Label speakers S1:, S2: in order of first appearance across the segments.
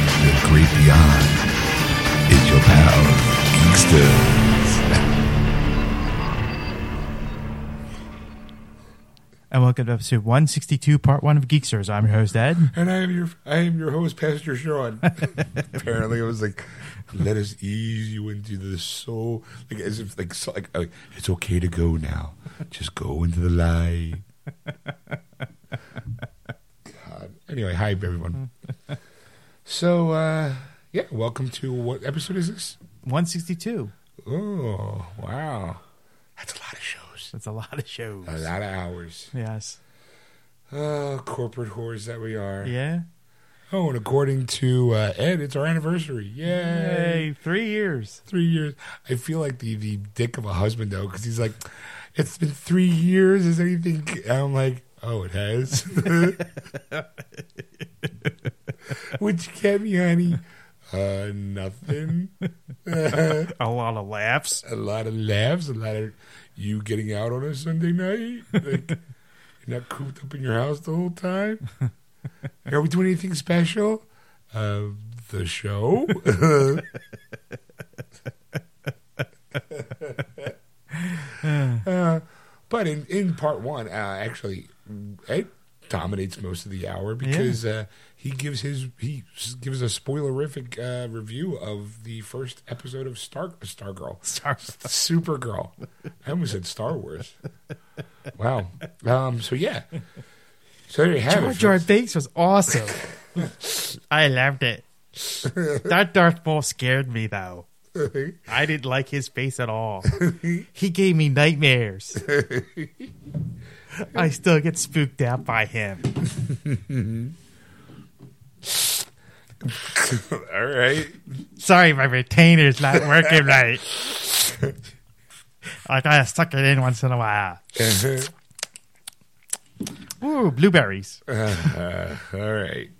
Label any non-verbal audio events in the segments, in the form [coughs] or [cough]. S1: and beyond. It's your pal, Geekster.
S2: And welcome to episode 162, part one of Geeksters. I'm your host, Ed. [laughs]
S3: And I am your I am your host, Pastor Sean. Apparently, I was like, "Let us ease you into the soul," like as if like, so, like, like it's okay to go now. Just go into the light. God. Anyway, hi everyone. So uh yeah, welcome to what episode is this?
S2: 162.
S3: Oh wow, that's a lot of shows,
S2: That's a lot of shows.
S3: a lot of hours.
S2: Yes.
S3: Oh, corporate whores that we are.
S2: Yeah.
S3: Oh, and according to uh, Ed, it's our anniversary. Yay!
S2: Hey, three years.
S3: Three years. I feel like the, the dick of a husband though, because he's like, "It's been three years. Is anything?" And I'm like, "Oh, it has." [laughs] What you get me, honey? Uh, nothing.
S2: A lot of laughs.
S3: a lot of laughs. A lot of you getting out on a Sunday night. Like, [laughs] you're not cooped up in your house the whole time. [laughs] Are we doing anything special? Uh, the show. [laughs] Uh, but in, in part one, uh, actually, Ed dominates most of the hour because uh, he gives his he s- gives a spoilerific uh, review of the first episode of Star Stargirl,
S2: Star-
S3: Supergirl. I almost said Star Wars. Wow. Um. So yeah. So there you have
S2: Jar
S3: it.
S2: Jar Binks was awesome. [laughs] I loved it. That Darth Maul scared me, though. I didn't like his face at all. He gave
S3: [laughs]
S2: me nightmares. I still get spooked out by him.
S3: [laughs] All right.
S2: Sorry, my retainer's not working right. [laughs] I gotta suck it in once in a while.
S3: Uh-huh.
S2: Ooh, blueberries.
S3: Uh, All right.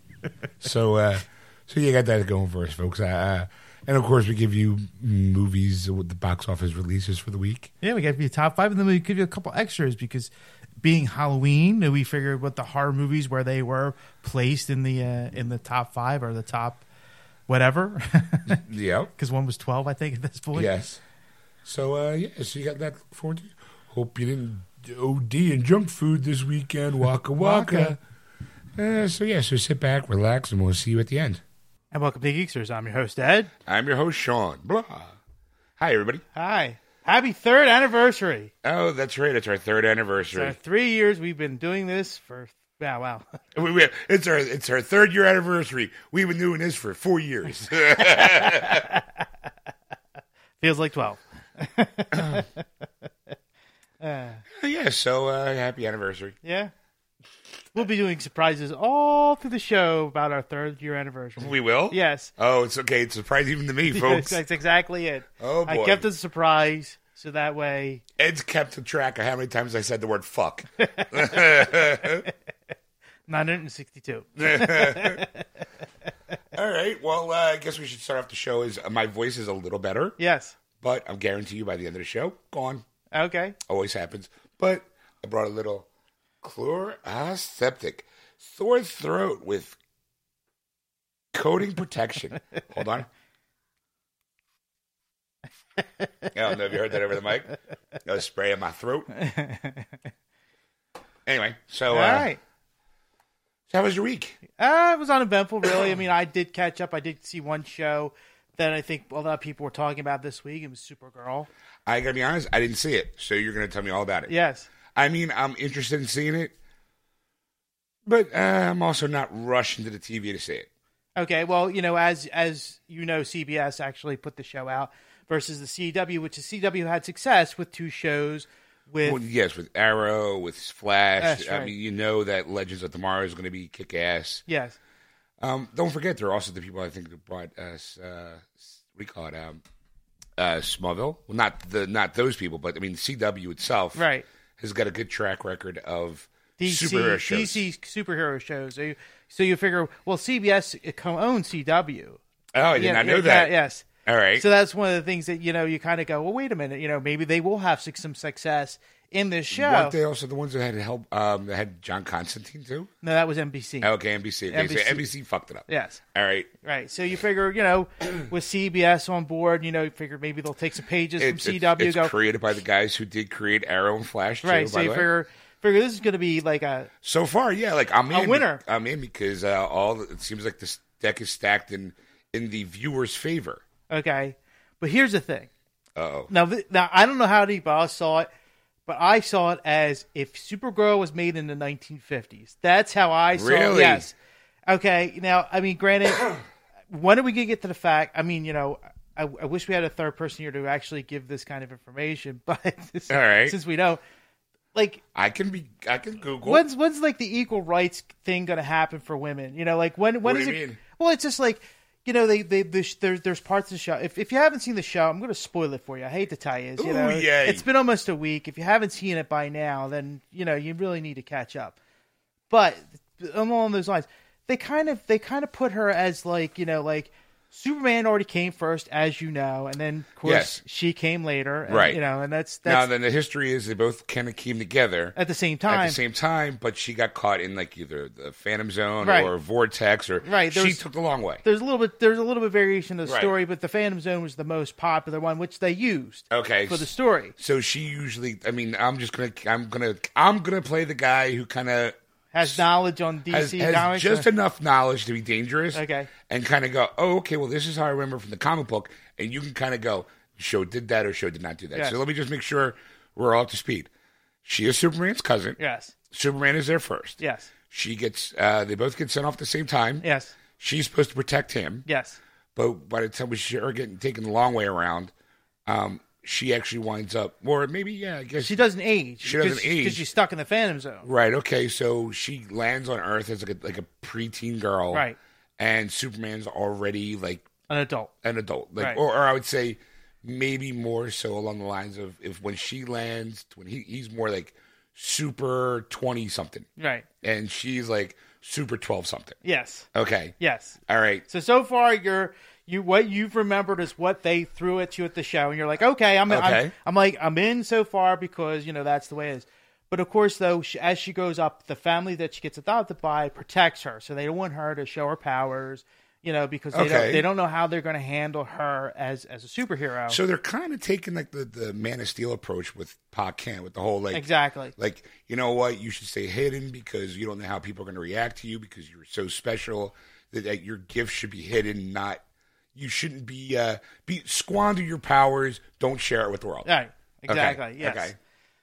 S3: So, uh, so you got that going for us, folks. Uh, and of course, we give you movies with the box office releases for the week.
S2: Yeah, we got the top five, and then we give you a couple extras because being Halloween, we figured what the horror movies where they were placed in the uh, in the top five or the top whatever, [laughs]
S3: Yep.
S2: because one was twelve, I think, at this point.
S3: Yes. So, uh, yeah. So you got that for you. Hope you didn't OD and junk food this
S2: [laughs]
S3: weekend. Waka waka. Uh, so yeah. So sit back, relax, and we'll see you at the end.
S2: And welcome to Geeksters. I'm your host Ed.
S3: I'm your host, Sean. Blah. Hi, everybody.
S2: Hi. Happy third anniversary.
S3: Oh, that's right. It's our third anniversary.
S2: three years we've been doing this for. Wow, wow. [laughs]
S3: We, we, it's our it's our third year anniversary. We've been doing this for four [laughs] years.
S2: Feels like twelve.
S3: yeah, so uh, happy anniversary.
S2: Yeah. We'll be doing surprises all through the show about our third year anniversary.
S3: We will.
S2: Yes.
S3: Oh, it's okay. It's a surprise even to
S2: [laughs]
S3: me, [laughs]
S2: That's,
S3: folks.
S2: that's exactly it.
S3: Oh,
S2: I
S3: boy.
S2: kept it a surprise so that way
S3: Ed's kept a track of how many times I said the word "fuck."
S2: 962.
S3: All right. Well, uh, I guess we should start off the show. Is uh, my voice is a little better,
S2: Yes.
S3: but I guarantee you by the end of the show, gone.
S2: Okay.
S3: Always happens. But I brought a little chloraseptic sore throat with coating protection. Hold on. I don't know if you heard that over the mic. No spray in my throat. Anyway, so
S2: All
S3: uh,
S2: right.
S3: so how was your week?
S2: Uh, it was uneventful, really. I mean, I did catch up. I did see one show that I think a lot of people were talking about this week. It was Supergirl.
S3: I gotta be honest, I didn't see it. So you're gonna tell me all about it.
S2: Yes.
S3: I mean, I'm interested in seeing it, but uh, I'm also not rushing to the TV to see it.
S2: Okay, well, you know, as as you know, CBS actually put the show out versus the CW, which the CW had success with two shows with
S3: Well, yes, with Arrow, with Flash.
S2: That's
S3: I
S2: right.
S3: mean, you know that Legends of Tomorrow is going to be kick ass.
S2: yes,
S3: Um, don't forget, there are also the people I think that brought us. Uh, s- what do you call it? Um, uh, Smallville. Well, not the not those people, but I mean CW itself.
S2: right.
S3: Has got a good track record of
S2: DC
S3: superhero shows.
S2: DC superhero shows. So you, so you figure, well, CBS co owns CW.
S3: oh, I did
S2: Yeah,
S3: not know
S2: yeah,
S3: that.
S2: yes.
S3: All right.
S2: So that's one of the things that you know you kind of go, well, wait a minute, you know, maybe they will have su- some success in this show.
S3: Weren't they also the ones that had help? Um, that had John Constantine too.
S2: No, that was NBC.
S3: Okay, NBC. Okay, NBC.
S2: NBC.
S3: So NBC fucked it up.
S2: Yes.
S3: All right.
S2: Right. So you figure,
S3: [clears throat]
S2: you know, with CBS on board, you know, you figure maybe they'll take some pages
S3: It's,
S2: from
S3: it's,
S2: CW.
S3: it's
S2: go
S3: created by the guys who did create Arrow and Flash. Too,
S2: right.
S3: by
S2: So you
S3: the way.
S2: figure, figure this is going to be like a
S3: So far, yeah, like I'm
S2: A
S3: in.
S2: winner.
S3: I'm in because uh, all the, it seems like this deck is stacked in in the viewer's favor.
S2: okay. But here's the thing.
S3: Uh-oh.
S2: Now, th- now I don't know how deep I saw it, but I saw it as if Supergirl was made in the 1950s. That's how I saw it.
S3: Really?
S2: Yes. Okay. Now, I mean, granted, [coughs] when are we going to get to the fact? I mean, you know, I, I wish we had a third person here to actually give this kind of information, [laughs] but this-
S3: All right.
S2: since we know, like,
S3: I can be. I can Google.
S2: when's when's like the equal rights thing going to happen for women? You know, like when when
S3: What
S2: is
S3: do you
S2: it?
S3: mean?
S2: Well, it's just like you know they they the sh- there's there's parts of the show. If if you haven't seen the show, I'm going to spoil it for you. I hate to tell you, it's, you
S3: Ooh,
S2: know,
S3: yay.
S2: it's been almost a week. If you haven't seen it by now, then you know you really need to catch up. But along those lines, they kind of they kind of put her as like you know like. Superman already came first, as you know, and then of course
S3: Yes.
S2: she came later, and,
S3: Right.
S2: You know, and that's that's
S3: Now then, the history is they both kind of came together
S2: at the same time.
S3: at the same time, but she got caught in like either the Phantom Zone
S2: Right.
S3: or Vortex, or
S2: Right,
S3: She
S2: there's-
S3: took the long way.
S2: there's a little bit there's a little bit variation of the
S3: Right.
S2: story, but the Phantom Zone was the most popular one, which they used
S3: Okay,
S2: for the story.
S3: so she usually. I mean, I'm just gonna, I'm gonna, I'm gonna play the guy who kind of
S2: Has knowledge on DC
S3: has, has
S2: comics.
S3: just enough knowledge to be dangerous.
S2: Okay.
S3: And kind of go, oh, okay, well, this is how I remember from the comic book. And you can kind of go, show did that or show did not do that.
S2: Yes.
S3: So let me just make sure we're all up to speed. She is Superman's cousin.
S2: yes,
S3: Superman is there first.
S2: yes,
S3: She gets, uh, they both get sent off at the same time.
S2: yes,
S3: She's supposed to protect him.
S2: yes.
S3: But by the time she are getting taken the long way around, um, she actually winds up, or maybe, yeah, I guess.
S2: She doesn't age.
S3: She doesn't age.
S2: because she's stuck in the Phantom Zone.
S3: Right. Okay. So she lands on Earth as like a, like a preteen girl.
S2: Right.
S3: And Superman's already like
S2: An adult.
S3: an adult, like,
S2: Right.
S3: or, or I would say maybe more so along the lines of if when she lands, when he, he's more like super twenty something,
S2: Right.
S3: and she's like super twelve something.
S2: Yes.
S3: Okay,
S2: Yes.
S3: all right,
S2: So so far you're you what you've remembered is what they threw at you at the show, and you're like, okay, I'm I'm,
S3: Okay.
S2: I'm like I'm in so far because you know that's the way it is. But of course, though, she, as she goes up, the family that she gets adopted by protects her, so they don't want her to show her powers, you know, because they don't
S3: Okay.
S2: they don't know how they're going to handle her as as a superhero.
S3: so they're kind of taking like the the Man of Steel approach with Pa Kent with the whole like
S2: exactly.
S3: like you know what you should stay hidden because you don't know how people are going to react to you because you're so special that, that your gift should be hidden, not you shouldn't be uh be squander your powers, don't share it with the world.
S2: Right. Exactly. Yes.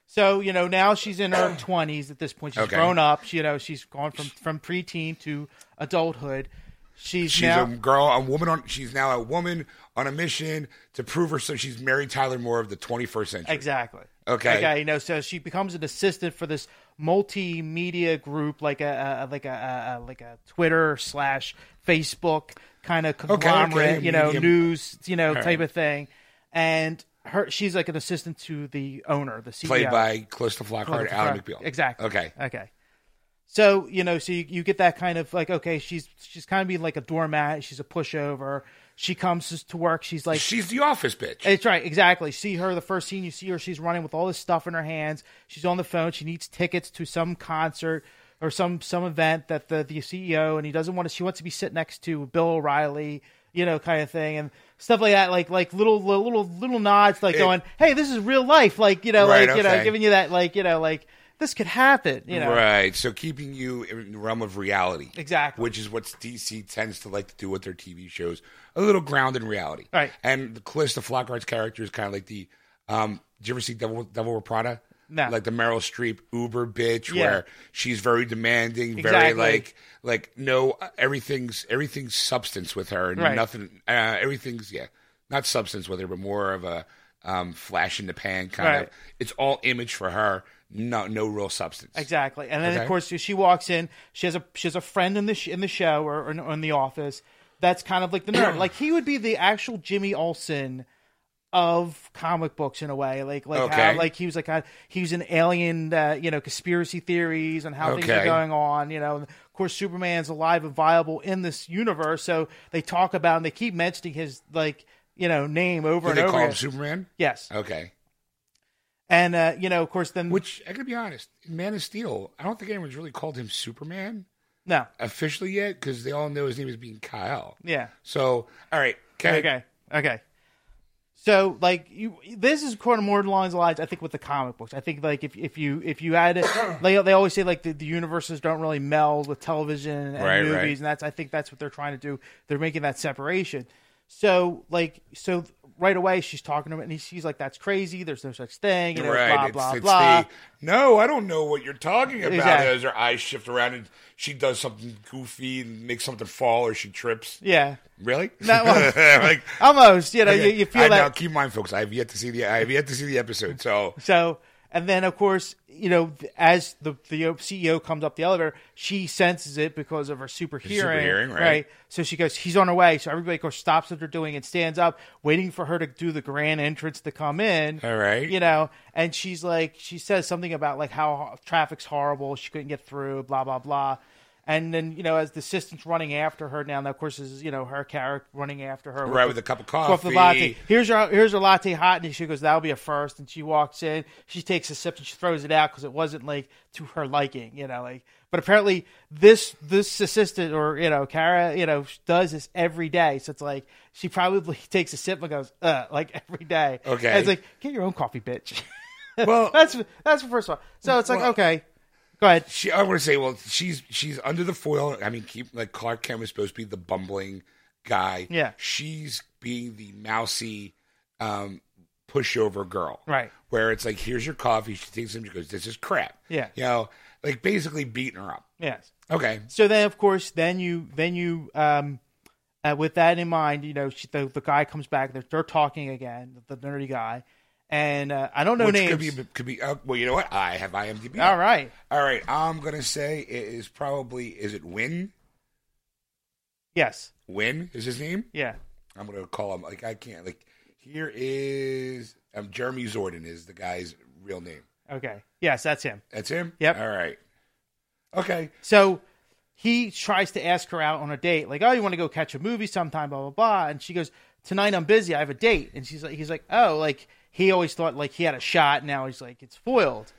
S2: So you know now she's in her twenties at this point. She's
S3: Okay.
S2: grown up. She, you know she's gone from from preteen to adulthood. She's,
S3: She's
S2: now
S3: a girl, a woman on. She's now a woman on a mission to prove herself. She's Mary Tyler Moore of the 21st century.
S2: Exactly.
S3: Okay.
S2: Okay. You know, so she becomes an assistant for this multimedia group, like a, a like a, a like a Twitter slash Facebook kind of conglomerate, you know,
S3: medium.
S2: news, you know, type of thing. And her, she's like an assistant to the owner, the E CEO,
S3: Played by Calista Flockhart, Alan
S2: Correct.
S3: McBeal.
S2: Exactly.
S3: Okay.
S2: Okay. So you know, so you, you get that kind of like, okay, she's she's kind of being like a doormat. She's a pushover. She comes to work. She's like
S3: She's the office bitch.
S2: it's right, exactly. See her the first scene you see her, she's running with all this stuff in her hands. She's on the phone. She needs tickets to some concert or some some event that the the CEO and he doesn't want to. She wants to be sit next to Bill O'Reilly, you know, kind of thing and stuff like that. Like like little little little, little nods, like going, "Hey, this is real life." Like you know,
S3: Right,
S2: like you know,
S3: okay.
S2: giving you that like you know, like this could happen. You know,
S3: Right. So keeping you in the realm of reality.
S2: Exactly.
S3: Which is what DC tends to like to do with their TV shows. A little ground in reality.
S2: Right.
S3: And the Calista Flockhart's character is kind of like the. Um, did you ever see Devil, Devil Wear Prada?
S2: No.
S3: Like the Meryl Streep Uber bitch,
S2: Yeah.
S3: where she's very demanding,
S2: Exactly.
S3: very like, like no, everything's everything's substance with her, and
S2: Right.
S3: nothing, uh, everything's yeah, not substance with her, but more of a um, flash in the pan kind
S2: Right.
S3: of. It's all image for her, no, no real substance.
S2: Exactly, and then of
S3: Okay.
S2: course she walks in. She has a she has a friend in the sh- in the show or, or, in, or in the office. That's kind of like
S3: [clears throat]
S2: the nerd. like he would be the actual Jimmy Olsen of comic books in a way. Like like
S3: Okay.
S2: how like he was like how, he was an alien. Uh, you know conspiracy theories and how things are
S3: Okay.
S2: going on. You know, and of course Superman's alive and viable in this universe. So they talk about and they keep mentioning his like you know name
S3: Do
S2: over and
S3: they
S2: over.
S3: call him
S2: again.
S3: Superman?
S2: yes,
S3: Okay.
S2: And uh, you know, of course, then
S3: Which I gotta be honest, Man of Steel. I don't think anyone's really called him Superman
S2: no,
S3: officially yet because they all know his name is being Kyle.
S2: yeah,
S3: So, all right, okay,
S2: okay, okay. So like you, this is kind of more along the lines I think with the comic books. I think like if if you if you had
S3: [clears throat]
S2: they they always say like the, the universes don't really meld with television and
S3: Right,
S2: movies,
S3: right.
S2: and that's I think that's what they're trying to do. They're making that separation. So like so right away she's talking to him and he, she's like that's crazy. There's no such thing. You know,
S3: right.
S2: Blah
S3: it's,
S2: blah
S3: it's
S2: blah.
S3: the no, I don't know what you're talking about.
S2: Exactly.
S3: As her eyes shift around and she does something goofy and makes something fall or she trips.
S2: yeah.
S3: Really?
S2: That
S3: [laughs]
S2: one-
S3: like,
S2: Almost, you know, you, you feel
S3: I,
S2: that.
S3: Now keep in mind, folks. I have yet to see the I have yet to see the episode. So
S2: So, and then of course, you know, th- as the the CEO comes up the elevator, she senses it because of her super hearing,
S3: hearing, right.
S2: So she goes, "He's on her way." So everybody, of course, stops what they're doing and stands up, waiting for her to do the grand entrance to come in.
S3: All right.
S2: you know, and she's like, she says something about like how ho- traffic's horrible, she couldn't get through, blah blah blah. And then you know, as the assistant's running after her now, and of course, this is you know her character running after her,
S3: Right, with a cup of
S2: Cup of
S3: coffee.
S2: latte here's your here's your latte hot, and she goes, "That'll be a first. And she walks in, she takes a sip, and she throws it out because it wasn't like to her liking, you know. Like, but apparently this this assistant or you know Kara, you know, does this every day. So it's like she probably [laughs] takes a sip and goes, "Uh," like every day.
S3: Okay.
S2: And it's like get your own coffee, bitch.
S3: well,
S2: [laughs] that's that's the first one. So it's like
S3: Well-
S2: okay, go ahead.
S3: she, I want to say, well, she's she's under the foil. I mean, keep like Clark Kent was supposed to be the bumbling guy.
S2: Yeah.
S3: she's being the mousy um, pushover girl.
S2: Right.
S3: where it's like, here's your coffee. She takes him. She goes, this is crap.
S2: Yeah.
S3: you know, like basically beating her up.
S2: Yes.
S3: Okay,
S2: so then of course then you then you um uh, with that in mind you know she, the, the guy comes back they're, they're talking again the, nerdy guy and uh, i don't know
S3: which
S2: names
S3: could be could be. Uh, well, you know what? I have IMDb.
S2: all right
S3: all right. I'm gonna say it is probably is it Win?
S2: yes
S3: Win is his name.
S2: yeah
S3: I'm gonna call him. Like I can't. Like here is um, Jeremy Zordon is the guy's real name.
S2: okay yes that's him
S3: That's him.
S2: Yep.
S3: All right. Okay.
S2: so he tries to ask her out on a date like oh you want to go catch a movie sometime blah blah blah and she goes tonight i'm busy i have a date and she's like he's like oh like he always thought like he had a shot now he's like it's foiled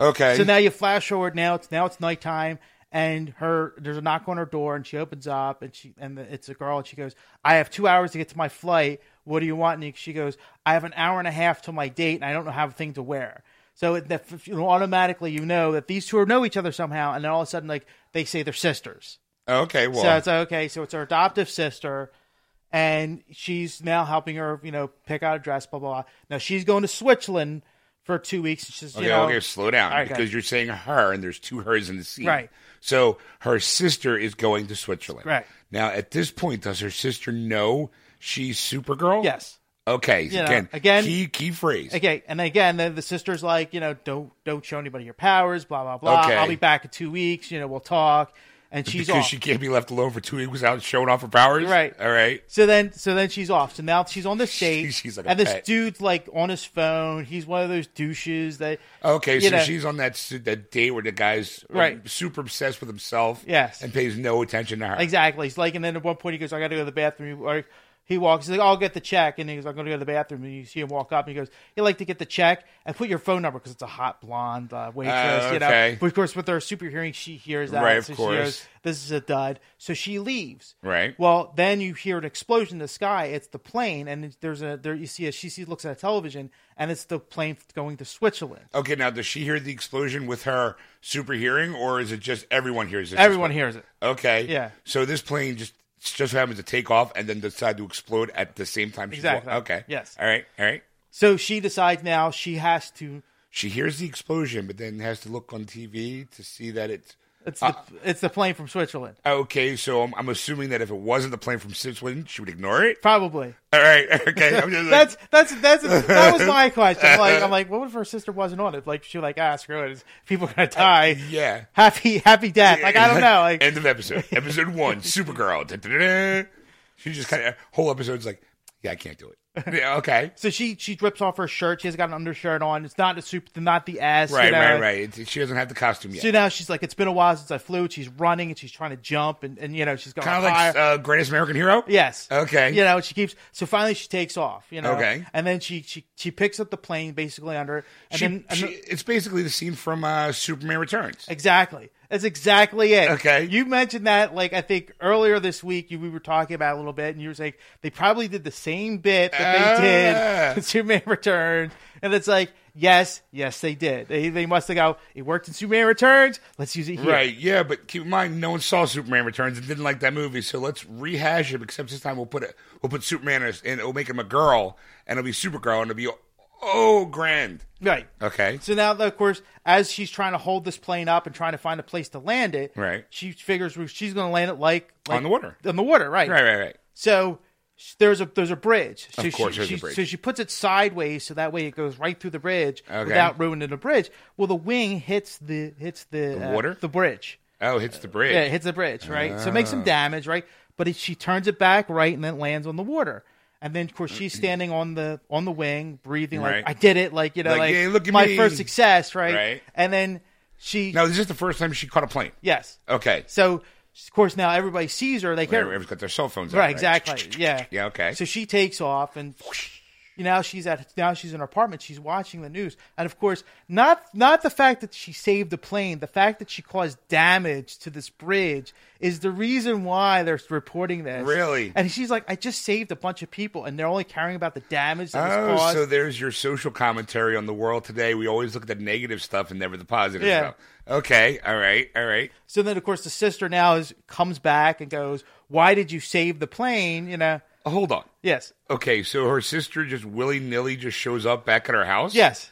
S3: Okay.
S2: So now you flash forward. Now it's now it's nighttime, and her there's a knock on her door, and she opens up, and she and the, it's a girl, and she goes, "I have two hours to get to my flight. What do you want?" And she goes, "I have an hour and a half to my date, and I don't know have a thing to wear." So it, that, you know, automatically you know that these two know each other somehow, and then all of a sudden, like they say they're sisters.
S3: okay. Well.
S2: So it's like, okay. So it's her adoptive sister, and she's now helping her, you know, pick out a dress, blah blah. blah. Now she's going to Switzerland for two weeks. and She's,
S3: okay.
S2: you know,
S3: okay. Slow down
S2: All right,
S3: because
S2: guys.
S3: you're saying her, and there's two hers in the scene.
S2: Right.
S3: So her sister is going to Switzerland.
S2: Right.
S3: Now at this point, does her sister know she's Supergirl?
S2: yes.
S3: Okay.
S2: know,
S3: again.
S2: again-
S3: Key key phrase.
S2: Okay, and again, then the sister's like, you know, don't don't show anybody your powers, blah blah blah.
S3: Okay.
S2: I'll be back in two weeks. You know, we'll talk. And she's
S3: because
S2: off.
S3: she can't be left alone for two weeks without showing off her powers.
S2: Right.
S3: All right.
S2: so then, so then she's off. So now
S3: [laughs]
S2: she's on this date,
S3: she's like a
S2: and this
S3: pet.
S2: dude's like on his phone. He's one of those douches that.
S3: Okay,
S2: you
S3: so
S2: know.
S3: she's on that s- that date where the guy's um,
S2: Right.
S3: super obsessed with himself,
S2: Yes.
S3: and pays no attention to her.
S2: Exactly. He's like, and then at one point he goes, "I got to go to the bathroom." Or he walks. He's like, "I'll get the check," and he goes, "I'm going to go to the bathroom." And you see him walk up, and he goes, "You like to get the check and put your phone number because it's a hot blonde uh, waitress,
S3: Oh,
S2: you
S3: okay.
S2: know." But of course, with her super hearing, she hears that,
S3: Right, of
S2: so she
S3: course.
S2: goes, "This is a dud." So she leaves.
S3: Right.
S2: Well, then you hear an explosion in the sky. It's the plane, and there's a there. You see, a, she sees looks at a television, and it's the plane going to Switzerland.
S3: Okay, now does she hear the explosion with her super hearing, or is it just everyone hears it?
S2: Everyone hears it.
S3: Okay.
S2: Yeah.
S3: So this plane just just happens to take off and then decide to explode at the same time. She's wa-
S2: Exactly.
S3: okay.
S2: Yes.
S3: All right. All right.
S2: So she decides now she has to.
S3: She hears the explosion, but then has to look on TV to see that it's.
S2: It's the,
S3: Uh.
S2: it's the plane from Switzerland.
S3: Okay, so I'm, I'm assuming that if it wasn't the plane from Switzerland, she would ignore it.
S2: Probably.
S3: All right, [laughs] okay. I'm just like-
S2: That's that's that's that
S3: [laughs]
S2: was my question. Like I'm like, what if her sister wasn't on it? Like she like ah screw it, it's- people are gonna die.
S3: Uh, yeah.
S2: Happy happy death. Like I don't know. Like
S3: end of episode.
S2: [laughs]
S3: Episode one, Supergirl. Da-da-da-da. She just kind of whole episode's like, yeah, I can't do it.
S2: [laughs]
S3: Yeah, okay.
S2: So she she rips off her shirt. She has got an undershirt on. It's not a super, not the ass. you
S3: Right,
S2: know.
S3: right, right. It's- she doesn't have the costume yet.
S2: So now she's like, it's been a while since I flew. And she's running and she's trying to jump and, and you know she's going
S3: kind of like uh, Greatest American Hero.
S2: Yes.
S3: Okay.
S2: You know, she keeps so finally she takes off, you know.
S3: Okay.
S2: And then she she, she picks up the plane basically under it, and
S3: She-
S2: then and
S3: she-
S2: then-
S3: it's basically the scene from uh, Superman Returns.
S2: exactly. That's exactly it.
S3: Okay.
S2: You mentioned that like I think earlier this week you, we were talking about it a little bit and you were saying they probably did the same bit that they
S3: Ah.
S2: did in [laughs] Superman Returns and it's like yes, yes they did. They they must have go it worked in Superman Returns, let's use it here.
S3: Right, yeah, but keep in mind, no one saw Superman Returns and didn't like that movie, so let's rehash it. Except this time, we'll put it, we'll put Superman as- and we'll make him a girl, and it'll be Supergirl, and it'll be oh grand.
S2: Right.
S3: Okay,
S2: So now, of course, as she's trying to hold this plane up and trying to find a place to land it,
S3: Right.
S2: She figures she's going to land it like, like
S3: On the water.
S2: on the water, right?
S3: right, right, right.
S2: So sh- there's a there's a bridge. So
S3: Of course
S2: she,
S3: there's a
S2: she-
S3: bridge.
S2: So she puts it sideways so that way it goes right through the bridge
S3: Okay.
S2: without ruining the bridge. Well, the wing hits the hits the, uh,
S3: water?
S2: the bridge.
S3: Oh, hits the bridge.
S2: Yeah, it hits the bridge, right? So it makes
S3: Oh.
S2: some damage, right? But it, she turns it back right and then lands on the water. And then of course she's standing on the on the wing, breathing like
S3: Right.
S2: I did it, like you know,
S3: Like,
S2: like,
S3: "Yeah, look at
S2: my
S3: me."
S2: first success, right?
S3: Right.
S2: And then she
S3: Now, Oh. is this the first time she caught a plane?
S2: yes.
S3: Okay,
S2: So of course now everybody sees her, they can't
S3: everyone's got their cell phones. out,
S2: Right, exactly. Yeah.
S3: Yeah, okay.
S2: So she takes off and you know, now she's at now she's in her apartment, she's watching the news. And of course, not not the fact that she saved the plane, the fact that she caused damage to this bridge is the reason why they're reporting this.
S3: Really?
S2: And she's like, I just saved a bunch of people and they're only caring about the damage that was
S3: Oh,
S2: caused.
S3: so there's your social commentary on the world today. We always look at the negative stuff and never the positive
S2: Yeah.
S3: stuff. Okay, all right, all right.
S2: So then, of course, the sister now is comes back and goes, "Why did you save the plane?" You know,
S3: Hold on.
S2: yes,
S3: Okay, so her sister just willy nilly just shows up back at her house.
S2: yes,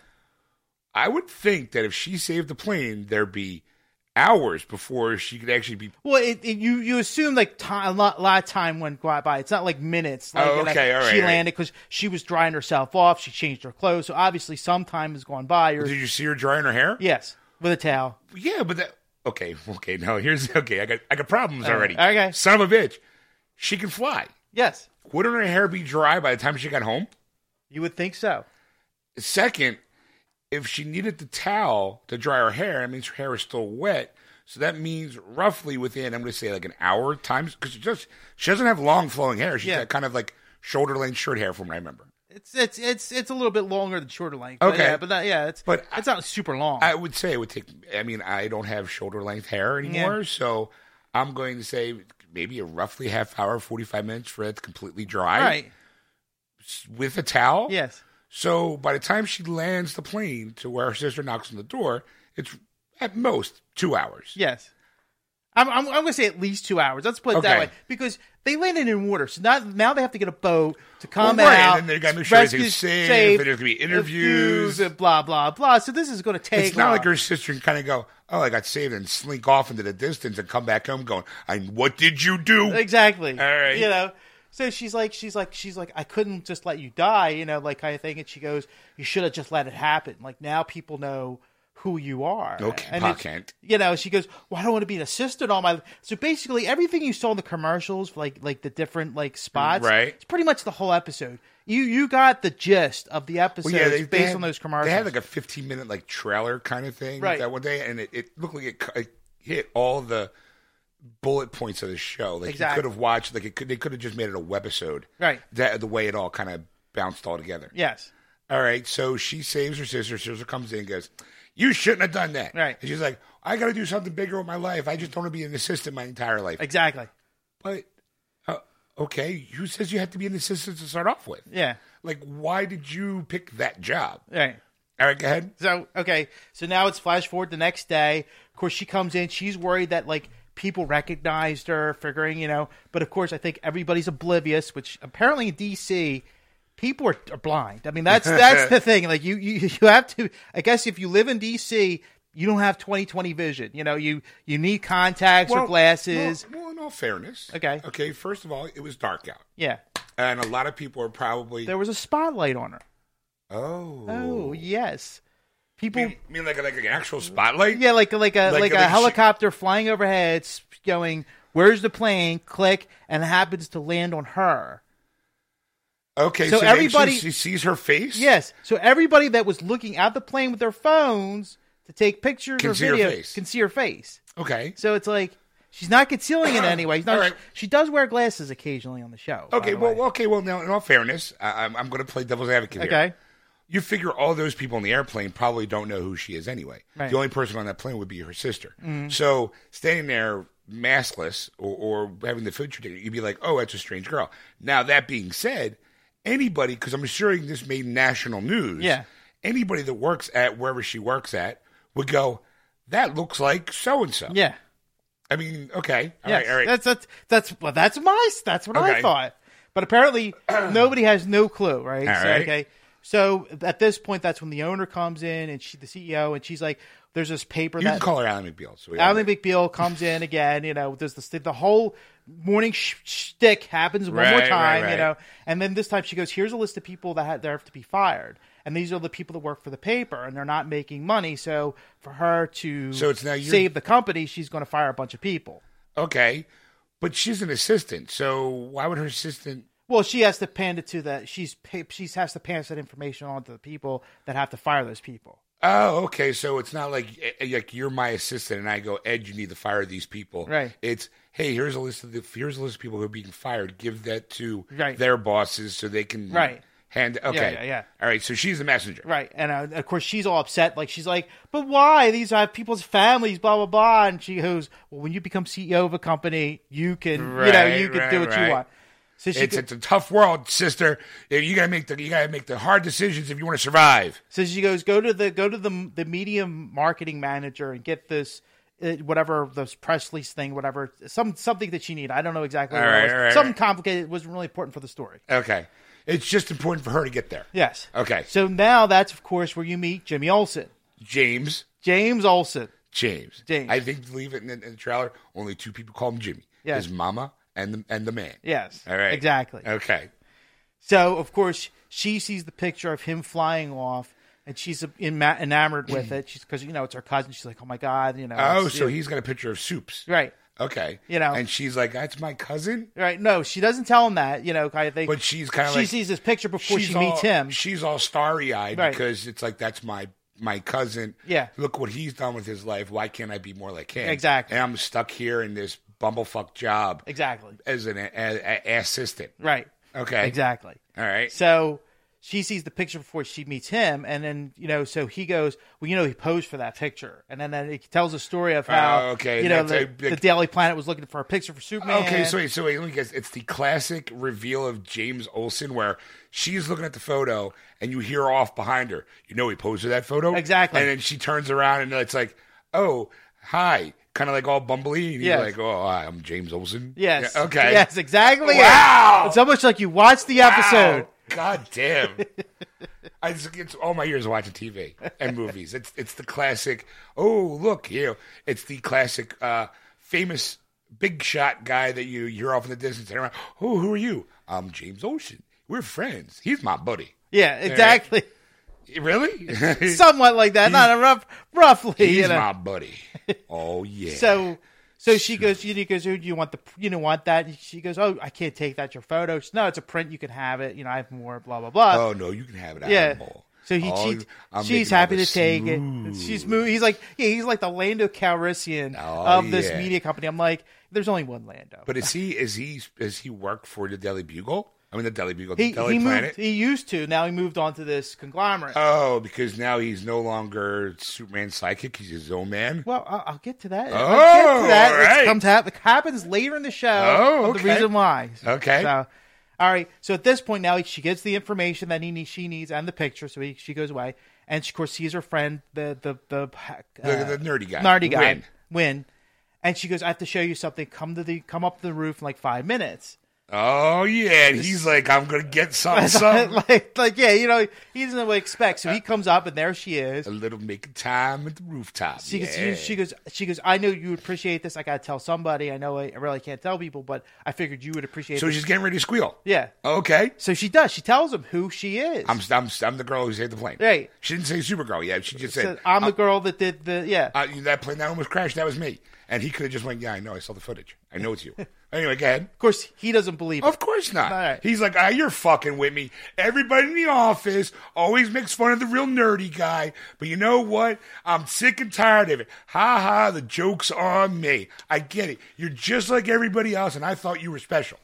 S3: I would think that if she saved the plane, there'd be hours before she could actually be.
S2: Well, it, it, you you assume like time, a lot, lot of time went by. It's not like minutes. Like,
S3: Oh,
S2: and, like,
S3: okay, all right,
S2: She
S3: all right.
S2: landed because she was drying herself off. She changed her clothes, so obviously some time has gone by. Or
S3: Did you see her drying her hair?
S2: yes, with a towel.
S3: Yeah, but that. Okay, [laughs] okay. Now here's okay. I got I got problems already.
S2: okay.
S3: son of a bitch. She can fly.
S2: Yes,
S3: Wouldn't her hair be dry by the time she got home?
S2: you would think so.
S3: Second, if she needed the towel to dry her hair, that means her hair is still wet. So that means roughly within, I'm going to say like an hour times, because she just she doesn't have long flowing hair. She's
S2: Yeah.
S3: got kind of like shoulder length shirt hair, from what I remember.
S2: It's it's it's it's a little bit longer than shorter length. but
S3: Okay.
S2: yeah, but not, yeah, it's
S3: But
S2: it's not super long.
S3: I would say it would take. I mean, I don't have shoulder length hair anymore, so I'm going to say maybe a roughly half hour, 45 minutes for it to completely dry
S2: right?
S3: with a towel.
S2: Yes.
S3: So by the time she lands the plane to where her sister knocks on the door, it's at most two hours.
S2: Yes. I'm, I'm, I'm going to say at least two hours. Let's put it that
S3: Okay.
S2: way because they landed in water, so now now they have to get a boat to come
S3: Well, right,
S2: out.
S3: and then they gotta make sure
S2: rescue-
S3: everything's safe,
S2: saved,
S3: and there's gonna be interviews.
S2: and blah blah blah. So this is going to take.
S3: It's not
S2: long.
S3: like her sister can kind of go, "Oh, I got saved," and slink off into the distance and come back home going, "I what did you do?"
S2: exactly.
S3: All right.
S2: you know. So she's like, she's like, she's like, I couldn't just let you die, you know, like kind of thing. And she goes, "You should have just let it happen. Like now people know who you are."
S3: Okay,
S2: and
S3: Pa
S2: it's-
S3: Kent.
S2: you know, she goes, "Well, I don't want to be an assistant all my." So basically, everything you saw in the commercials, like like the different like spots,
S3: Right.
S2: It's pretty much the whole episode. You you got the gist of the episode
S3: Well, yeah, they,
S2: based
S3: they had-
S2: on those commercials.
S3: They had like a 15 minute like trailer kind of thing
S2: Right.
S3: that one day, and it, it looked like it, cu- it hit all the bullet points of the show. Like
S2: Exactly.
S3: you could have watched, like it could, they could have just made it a webisode.
S2: Right.
S3: That the way it all kind of bounced all together.
S2: yes,
S3: All right, so she saves her sister. Sister comes in and goes, "You shouldn't have done that."
S2: Right.
S3: And she's like, "I got to do something bigger with my life. I just don't want to be an assistant my entire life."
S2: exactly.
S3: but uh, okay, who says you have to be an assistant to start off with?
S2: Yeah,
S3: Like, why did you pick that job?
S2: right.
S3: All right, go ahead.
S2: So okay, so now it's flash forward the next day. Of course, she comes in. She's worried that like people recognized her, figuring you know. But of course, I think everybody's oblivious, which apparently in DC, people are, are blind. I mean, that's that's the thing. Like you, you you have to. I guess if you live in DC, you don't have 20/20 vision. You know, you you need contacts or glasses.
S3: Well, well, in all fairness,
S2: Okay.
S3: okay. First of all, it was dark out,
S2: yeah,
S3: and a lot of people are probably
S2: there was a spotlight on her.
S3: oh,
S2: Oh yes, people.
S3: mean, mean like a- like an actual spotlight.
S2: Yeah, like like a
S3: Like-
S2: like, a
S3: like she-
S2: helicopter flying overhead, s- going, "Where's the plane?" Click, and it happens to land on her.
S3: Okay,
S2: So
S3: so, everybody
S2: everybody-
S3: she sees her face.
S2: Yes. So everybody that was looking at the plane with their phones to take pictures
S3: Can
S2: or
S3: see her
S2: video
S3: face.
S2: can see her face.
S3: Okay.
S2: So it's like she's not concealing it anyway. She's not-
S3: All right.
S2: She does wear glasses occasionally on the show. by
S3: Okay.
S2: the
S3: Well.
S2: way.
S3: Okay. Well. Now, in all fairness, I, I'm I'm going to play devil's advocate here.
S2: okay.
S3: You figure all those people on the airplane probably don't know who she is anyway.
S2: Right. Mm-hmm.
S3: The only person on that plane would be her sister. So standing there maskless or, or having the food ticket, you'd be like, "Oh, that's a strange girl." Now that being said, anybody, because I'm sure this made national news.
S2: Yeah.
S3: Anybody that works at wherever she works at would go. That looks like so and so.
S2: Yeah.
S3: I mean, okay. all right,
S2: Yes.
S3: all right.
S2: That's that's that's well, that's my that's what
S3: Okay.
S2: I thought.
S3: [clears throat]
S2: But apparently nobody has no clue, right?
S3: All
S2: so,
S3: right.
S2: Okay. So at this point, that's when the owner comes in and she, the CEO, and she's like, "There's this paper
S3: You
S2: that
S3: can call her Ally McBeal. So we all
S2: Alan McBeal comes in again. You know, there's the the whole morning sh- shtick happens one more
S3: Right, right,
S2: time.
S3: right.
S2: You know, and then this time she goes, "Here's a list of people that ha- that have to be fired, and these are the people that work for the paper, and they're not making money. So for her to
S3: So it's now your-
S2: save the company, she's going to fire a bunch of people.
S3: Okay, but she's an assistant, so why would her assistant?
S2: Well, she has to pan it to the she's pa- she has to pass that information on to the people that have to fire those people.
S3: Oh, okay. So it's not like eh, eh, like you're my assistant, and I go, Ed, you need to fire these people.
S2: Right.
S3: It's hey, here's a list of the here's a list of people who are being fired. Give that to
S2: Right.
S3: their bosses so they can
S2: Right.
S3: hand. Okay,
S2: yeah, yeah.
S3: All right, so she's the messenger.
S2: Right, and uh, of course she's all upset. Like she's like, "But why? These are people's families, blah blah blah." And she goes, "Well, when you become CEO of a company, you can, you know,
S3: Right,
S2: you can
S3: right,
S2: do what
S3: right.
S2: you want." So she,
S3: It's
S2: go-
S3: it's a tough world, sister. Eh, You gotta make the you gotta make the hard decisions if you want to survive.
S2: so she goes, "Go to the go to the the media marketing manager and get this." uh, Whatever this press release thing, whatever some something that she need. I don't know exactly.
S3: All
S2: what
S3: right,
S2: it was.
S3: all right,
S2: something
S3: right.
S2: complicated. It wasn't really important for the story.
S3: Okay, it's just important for her to get there.
S2: Yes.
S3: Okay.
S2: So now that's of course where you meet Jimmy Olsen,
S3: James,
S2: James Olsen.
S3: James.
S2: James.
S3: I think to leave it in, the- in the trailer, only two people call him Jimmy.
S2: Yes.
S3: His mama and the and the man.
S2: Yes.
S3: All right. Uh,
S2: Exactly.
S3: Okay.
S2: So of course she sees the picture of him flying off, and she's enma- enamored with it. She's because you know it's her cousin. She's like, oh my god, you know.
S3: Oh,
S2: it's-
S3: so he's got a picture of Soups.
S2: right,
S3: Okay.
S2: You know.
S3: And she's like, That's my cousin?
S2: right. No, she doesn't tell him that. You know, kind of thing.
S3: But she's kinda
S2: she
S3: like-
S2: sees this picture before she
S3: all,
S2: meets him.
S3: She's all starry eyed
S2: Right.
S3: because it's like that's my my cousin.
S2: Yeah.
S3: Look what he's done with his life. Why can't I be more like him?
S2: Exactly.
S3: And I'm stuck here in this bumblefuck job
S2: exactly.
S3: as an a, a, a- assistant.
S2: Right.
S3: Okay.
S2: Exactly.
S3: All right.
S2: So she sees the picture before she meets him, and then you know, so he goes, well, you know, he posed for that picture, and then, then it tells a story of how
S3: Oh, okay,
S2: you know
S3: that's
S2: the,
S3: a big-
S2: the Daily Planet was looking for a picture for Superman.
S3: Okay, so wait, so wait, let me guess. It's the classic reveal of James Olsen where she's looking at the photo and you hear off behind her. You know he posed for that photo?
S2: Exactly.
S3: And then she turns around and it's like, oh, hi. Kind of like all bumbly. And
S2: Yes.
S3: you're like, oh, hi, I'm James Olsen.
S2: Yes.
S3: Yeah, okay.
S2: Yes, exactly.
S3: Wow.
S2: It's almost like you watch the episode.
S3: Wow. God damn. [laughs] I just, it's all my years watching TV and movies. It's it's the classic. Oh look, you. Know, it's the classic uh, famous big shot guy that you you're off in the distance and around. Oh, who are you? I'm James Ocean. We're friends. He's my buddy.
S2: Yeah, exactly.
S3: [laughs] Really?
S2: Somewhat like that. Not a rough, roughly.
S3: He's
S2: you know.
S3: my buddy. Oh yeah.
S2: [laughs] So, uh, so she goes. You know, he goes. Oh, do you want the? You don't want that. And she goes. Oh, I can't take that. Your photo. She, no, it's a print. You can have it. You know, I have more. Blah blah blah.
S3: Oh no, you can have it. I
S2: yeah.
S3: have them all.
S2: So he,
S3: Oh,
S2: she,
S3: I'm
S2: she's
S3: making all
S2: happy
S3: the
S2: to take it.
S3: smooth-
S2: She's smooth. He's like, yeah, he's like the Lando Calrissian
S3: Oh,
S2: of this
S3: yeah.
S2: media company. I'm like, there's only one Lando.
S3: But is he is he is he work for the Daily Bugle? I mean the Daily Bugle,
S2: he,
S3: the Daily
S2: he
S3: Planet.
S2: moved. He used to. Now he moved on to this conglomerate.
S3: Oh, because now he's no longer Superman's sidekick. He's his own man.
S2: Well, I'll, I'll get to that. Oh,
S3: Oh,
S2: I'll get to that. It
S3: alright.
S2: comes hap- it happens later in the show.
S3: Oh,
S2: of The
S3: okay.
S2: reason why.
S3: Okay.
S2: So, all right. So at this point now, she gets the information that he needs, she needs, and the picture. So he, she goes away, and she, of course sees her friend, the the the uh,
S3: the nerdy guy.
S2: nerdy guy,
S3: Win.
S2: Win. And she goes, "I have to show you something. Come to the come up to the roof in like five minutes."
S3: Oh yeah, and he's like, I'm gonna
S2: [laughs]
S3: get some, some
S2: like, like, yeah, you know, he doesn't know what to expect. So he
S3: Uh,
S2: comes up, and there she is.
S3: a little making time at the rooftop.
S2: She,
S3: yeah.
S2: goes, she, she goes. She goes. I know you would appreciate this. I gotta tell somebody. I know I I really can't tell people, but I figured you would appreciate.
S3: so
S2: this.
S3: she's getting ready to squeal.
S2: yeah.
S3: Okay.
S2: So she does. She tells him who she is.
S3: I'm, I'm I'm the girl who saved the plane.
S2: Right.
S3: She didn't say Supergirl yet. She just
S2: Says,
S3: said
S2: I'm the girl that did the yeah.
S3: uh, that plane that almost crashed. That was me. And he could have just went, "Yeah, I know. I saw the footage. I know
S2: [laughs]
S3: it's you." anyway, go ahead.
S2: Of course, he doesn't believe it.
S3: Of course not.
S2: All right.
S3: He's like, ah, you're fucking with me. Everybody in the office always makes fun of the real nerdy guy, but you know what? I'm sick and tired of it. Ha ha, the joke's on me. I get it. You're just like everybody else, and I thought you were
S2: [laughs]
S3: special.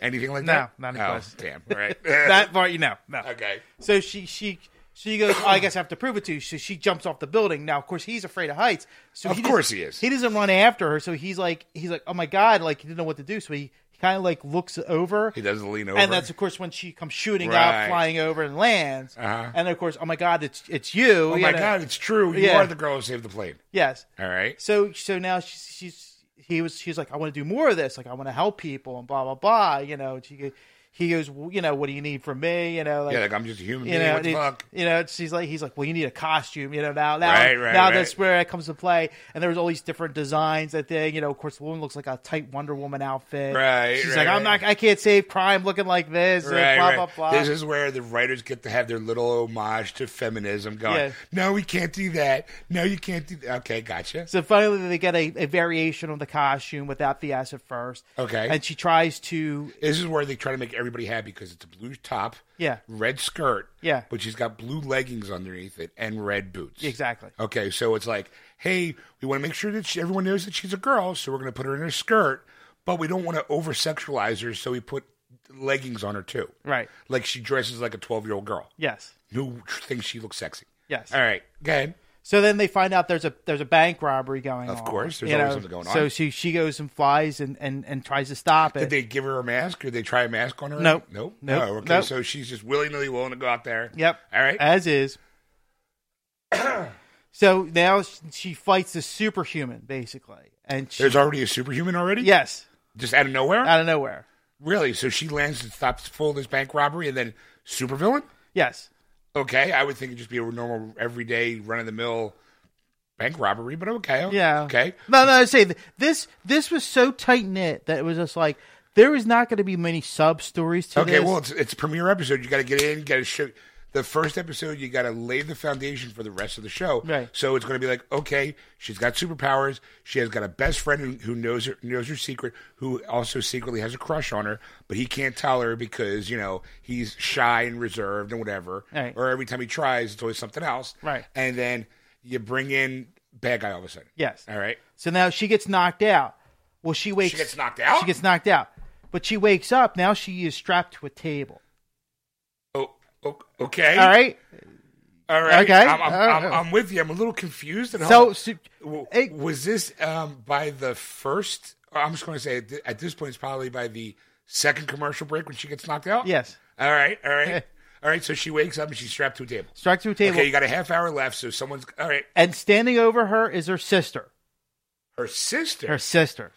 S3: Anything like
S2: No,
S3: that?
S2: not in
S3: oh,
S2: class.
S3: Damn, all
S2: [laughs]
S3: right.
S2: That part, you know, no.
S3: okay.
S2: So she she she goes. I guess I have to prove it to you. So she jumps off the building. Now, of course, he's afraid of heights. So
S3: Of
S2: doesn't-
S3: course he is.
S2: He doesn't run after her. So he's like he's like oh my god, like he didn't know what to do. So he, he kind of like looks over.
S3: He doesn't lean over.
S2: And that's of course when she comes shooting
S3: Right.
S2: out, flying over and lands.
S3: Uh-huh.
S2: And of course, oh my god, it's it's you.
S3: oh my God, it's true. You
S2: Yeah.
S3: are the girl who saved the plane.
S2: Yes.
S3: All right.
S2: So so now she's, she's he was she's like I want to do more of this like I want to help people and blah blah blah you know and she go- he goes well, you know what do you need from me you know like,
S3: Yeah, like I'm just a human
S2: you
S3: being.
S2: know
S3: what the
S2: and it-
S3: fuck?
S2: you know she's like he's like well you need a costume you know now now
S3: Right, right,
S2: now
S3: right.
S2: that's where it comes to play and there's all these different designs that they you know of course the woman looks like a tight Wonder Woman outfit
S3: Right,
S2: she's
S3: right,
S2: like I'm
S3: right.
S2: not I can't save crime looking like this and
S3: Right,
S2: blah
S3: right.
S2: blah blah
S3: This is where the writers get to have their little homage to feminism going,
S2: Yeah.
S3: no, we can't do that. No, you can't do that. Okay, gotcha.
S2: So finally, they get a, a variation of the costume without the ass at first.
S3: Okay.
S2: And she tries to.
S3: This is where they try to make everybody happy because it's a blue top,
S2: Yeah.
S3: red skirt,
S2: Yeah.
S3: but she's got blue leggings underneath it and red boots.
S2: Exactly.
S3: Okay, so it's like, hey, we want to make sure that she, everyone knows that she's a girl, so we're going to put her in her skirt, but we don't want to over sexualize her, so we put leggings on her too.
S2: Right.
S3: Like she dresses like a 12 year old girl
S2: Yes.
S3: who thinks she looks sexy.
S2: Yes.
S3: All right, go ahead.
S2: So then they find out there's a there's a bank robbery going on.
S3: Of course, there's
S2: you
S3: always
S2: know.
S3: something going
S2: So
S3: on.
S2: she she goes and flies and and and tries to stop
S3: [laughs]
S2: it.
S3: Did they give her a mask? Did they try a mask on her?
S2: Nope.
S3: Nope.
S2: Nope.
S3: Oh, okay,
S2: Nope.
S3: so she's just willy nilly willing to go out there.
S2: Yep.
S3: All right. [coughs]
S2: As is. so now sh- she fights the superhuman basically, and she,
S3: There's already a superhuman already?
S2: yes,
S3: Just out of nowhere?
S2: out of nowhere,
S3: really? So she lands and stops full of this bank robbery and then supervillain?
S2: yes,
S3: Okay. I would think it'd just be a normal, everyday, run of the mill bank robbery, but okay.
S2: Yeah.
S3: Okay.
S2: No, no. I say th- this. This was so tight knit that it was just like there is not going to be many sub stories to
S3: Okay.
S2: this.
S3: Well, it's, it's premiere episode. You got to get in, you got to show. The first episode, you got to lay the foundation for the rest of the show.
S2: Right.
S3: So it's going to be like, okay, she's got superpowers. She has got a best friend who, who knows her knows her secret, who also secretly has a crush on her, but he can't tell her because you know he's shy and reserved and whatever.
S2: Right.
S3: Or every time he tries, it's always something else.
S2: Right.
S3: And then you bring in bad guy all of a sudden.
S2: yes.
S3: All right.
S2: So now she gets knocked out. Well, she wakes.
S3: She gets knocked out?
S2: She gets knocked out. But she wakes up. Now she is strapped to a table.
S3: Oh. o- Okay.
S2: All right.
S3: All right.
S2: Okay.
S3: I'm, I'm,
S2: All right.
S3: I'm, I'm with you. I'm a little confused. And
S2: So, so
S3: W-
S2: it-
S3: was this um, by the first? or I'm just going to say at, thi- at this point, it's probably by the second commercial break when she gets knocked out.
S2: yes,
S3: All right. All
S2: [laughs]
S3: right. all right. So she wakes up and she's strapped to a table.
S2: strapped to a table.
S3: Okay, you got a half hour left, so someone's all right.
S2: and standing over her is her sister.
S3: Her sister.
S2: Her sister.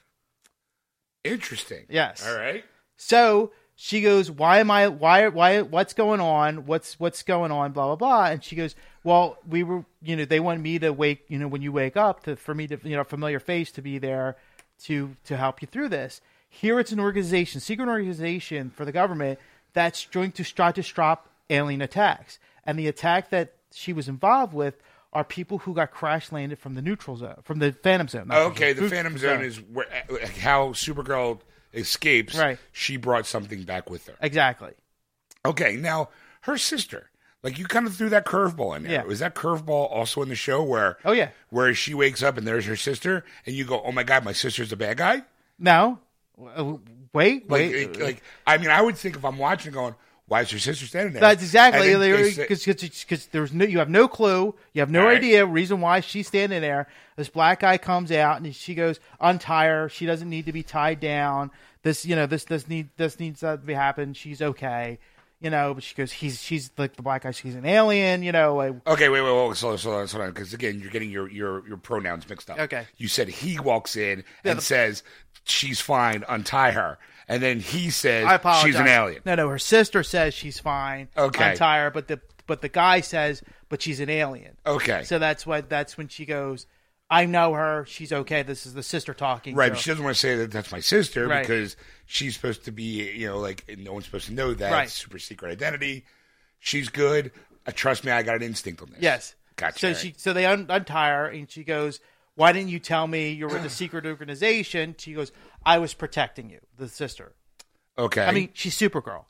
S3: Interesting.
S2: Yes.
S3: All right.
S2: So she goes, "Why am I? Why? Why? What's going on? What's what's going on? Blah blah blah." And she goes, "Well, we were, you know, they want me to wake, you know, when you wake up, to for me to, you know, familiar face to be there to to help you through this. Here, it's an organization, secret organization for the government that's going to try to stop alien attacks. And the attack that she was involved with are people who got crash landed from the neutral zone, from the Phantom Zone. not
S3: Okay. The
S2: neutral
S3: Phantom Zone is where uh, how Supergirl escapes.
S2: Right.
S3: She brought something back with her.
S2: exactly.
S3: Okay, now her sister, like you kind of threw that curveball in there.
S2: Yeah.
S3: Was that curveball also in the show where?
S2: Oh, yeah.
S3: where she wakes up and there's her sister, and you go, "Oh my god, my sister's a bad guy."
S2: No, W- uh, wait,
S3: Like,
S2: wait.
S3: it- like I mean, I would think if I'm watching, going, "Why is her sister standing there?"
S2: That's exactly
S3: And then they say-
S2: because there's no you have no clue you have no
S3: All right.
S2: idea reason why she's standing there. This black guy comes out and she goes untie her. She doesn't need to be tied down. This you know this this need this needs that to be happen. She's okay, you know. But she goes he's she's like the black guy. She's an alien, you know. Like,
S3: Okay, wait, wait, wait, slow, slow, slow down, because again, you're getting your, your your pronouns mixed up.
S2: Okay.
S3: you said he walks in and
S2: the-
S3: says, "She's fine, untie her," and then he says,
S2: I apologize.
S3: "She's an alien."
S2: No, no. Her sister says she's fine.
S3: Okay.
S2: untie her. But the but the guy says but she's an alien.
S3: Okay,
S2: So that's why that's when she goes. I know her. She's okay. This is the sister talking.
S3: Right,
S2: So-
S3: but she doesn't want to say that that's my sister
S2: Right.
S3: because she's supposed to be, you know, like and no one's supposed to know that
S2: Right.
S3: It's super secret identity. She's good. Uh, trust me, I got an instinct on this.
S2: Yes.
S3: gotcha.
S2: So
S3: all
S2: she,
S3: right.
S2: so they un- untie her, and she goes, why didn't you tell me
S3: [clears throat]
S2: you're with a secret organization? She goes, I was protecting you, the sister.
S3: Okay.
S2: I mean, she's Supergirl.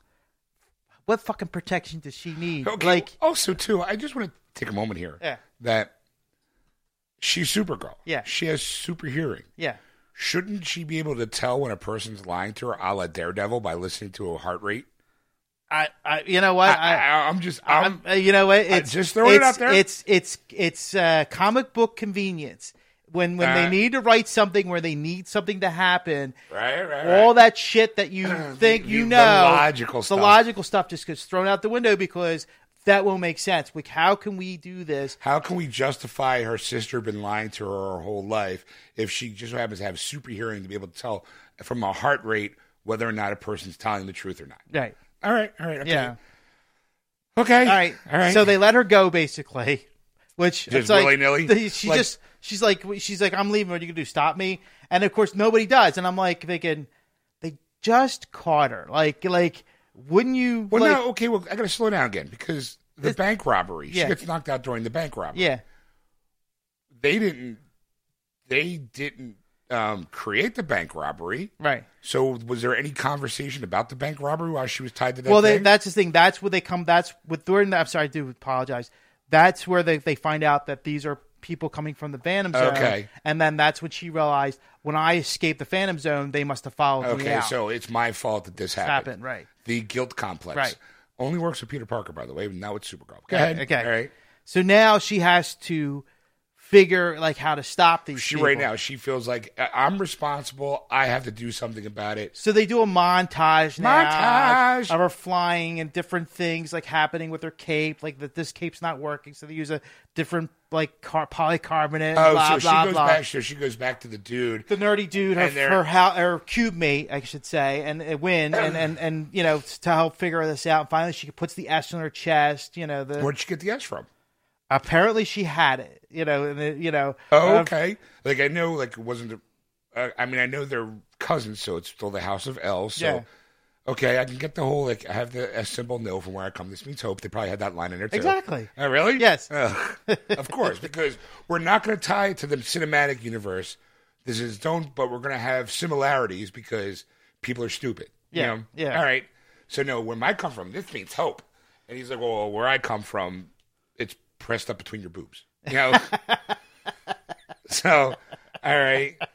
S2: What fucking protection does she need?
S3: Okay.
S2: Like,
S3: also too, I just want to take a moment here.
S2: Yeah.
S3: That she's Supergirl.
S2: Yeah.
S3: She has super hearing.
S2: yeah,
S3: Shouldn't she be able to tell when a person's lying to her, a la Daredevil, by listening to a heart rate?
S2: I, I, you know what?
S3: I,
S2: I,
S3: I, I'm just, I'm,
S2: I'm, uh, you know what? It's
S3: just throwing it
S2: it's-
S3: out there.
S2: It's it's it's uh, comic book convenience. When when
S3: Uh.
S2: they need to write something where they need something to happen,
S3: right, right, right.
S2: all that shit that you
S3: [clears throat]
S2: think
S3: the-
S2: you
S3: the
S2: know,
S3: logical
S2: the
S3: stuff.
S2: logical stuff just gets thrown out the window because that won't make sense. Like, how can we do this?
S3: How can we justify her sister been lying to her her whole life if she just so happens to have super hearing to be able to tell from a heart rate whether or not a person's telling the truth or not?
S2: Right.
S3: All right, all right, okay.
S2: Yeah.
S3: Okay.
S2: All right.
S3: [laughs] All right.
S2: So they let her go basically, which
S3: Just
S2: it's like
S3: willy-nilly?
S2: they- She
S3: Like-
S2: just she's like she's like I'm leaving. What are you gonna do? Stop me? And of course nobody does. And I'm like thinking they just caught her. Like like wouldn't you?
S3: Well,
S2: like,
S3: no, okay. Well, I got to slow down again because the bank robbery.
S2: yeah.
S3: She gets knocked out during the bank robbery.
S2: Yeah.
S3: They didn't. They didn't um, create the bank robbery.
S2: Right.
S3: So, was there any conversation about the bank robbery while she was tied to that?
S2: well, they,
S3: thing?
S2: that's the thing. That's where they come. That's with during. The, I'm sorry, I do apologize. That's where they, they find out that these are people coming from the Phantom Zone.
S3: Okay.
S2: And then that's when she realized when I escaped the Phantom Zone, they must have followed me
S3: okay.
S2: out.
S3: So it's my fault that this happened.
S2: happened, right.
S3: The guilt complex.
S2: Right.
S3: Only works with Peter Parker, by the way. Now it's Supergirl. Go
S2: Okay,
S3: ahead.
S2: okay.
S3: All right.
S2: So now she has to figure like how to stop these.
S3: She
S2: people.
S3: right now she feels like "I- I'm responsible. I have to do something about it.
S2: So they do a montage now
S3: Montage!
S2: of her flying and different things like happening with her cape, like that this cape's not working. So they use a different like car- polycarbonate.
S3: Oh,
S2: blah,
S3: so she
S2: blah,
S3: goes
S2: blah.
S3: back. So she goes back to the dude.
S2: the nerdy dude, her
S3: And they're-
S2: her, how, her cube mate, I should say, and uh, win, and, and and you know to help figure this out. And finally, she puts the S on her chest. You know, the
S3: Where'd she get the S from?
S2: apparently she had it. You know, and it- you know.
S3: Oh,
S2: uh,
S3: okay. Like I know, like it wasn't. Uh, I mean, I know they're cousins, so it's still the House of L. So,
S2: Yeah.
S3: okay, I can get the whole like I have the S symbol no from where I come. This means hope. They probably had that line in there too.
S2: Exactly.
S3: Oh, really? [laughs]
S2: Yes.
S3: Oh, of course, because we're not going to tie it to the cinematic universe. This is its own, but we're going to have similarities because people are stupid. you
S2: Yeah,
S3: know?
S2: yeah.
S3: All right. So no, where I come from, this means hope. And he's like, well, where I come from, it's pressed up between your boobs. You
S2: [laughs]
S3: know. [laughs] So, all right. [laughs]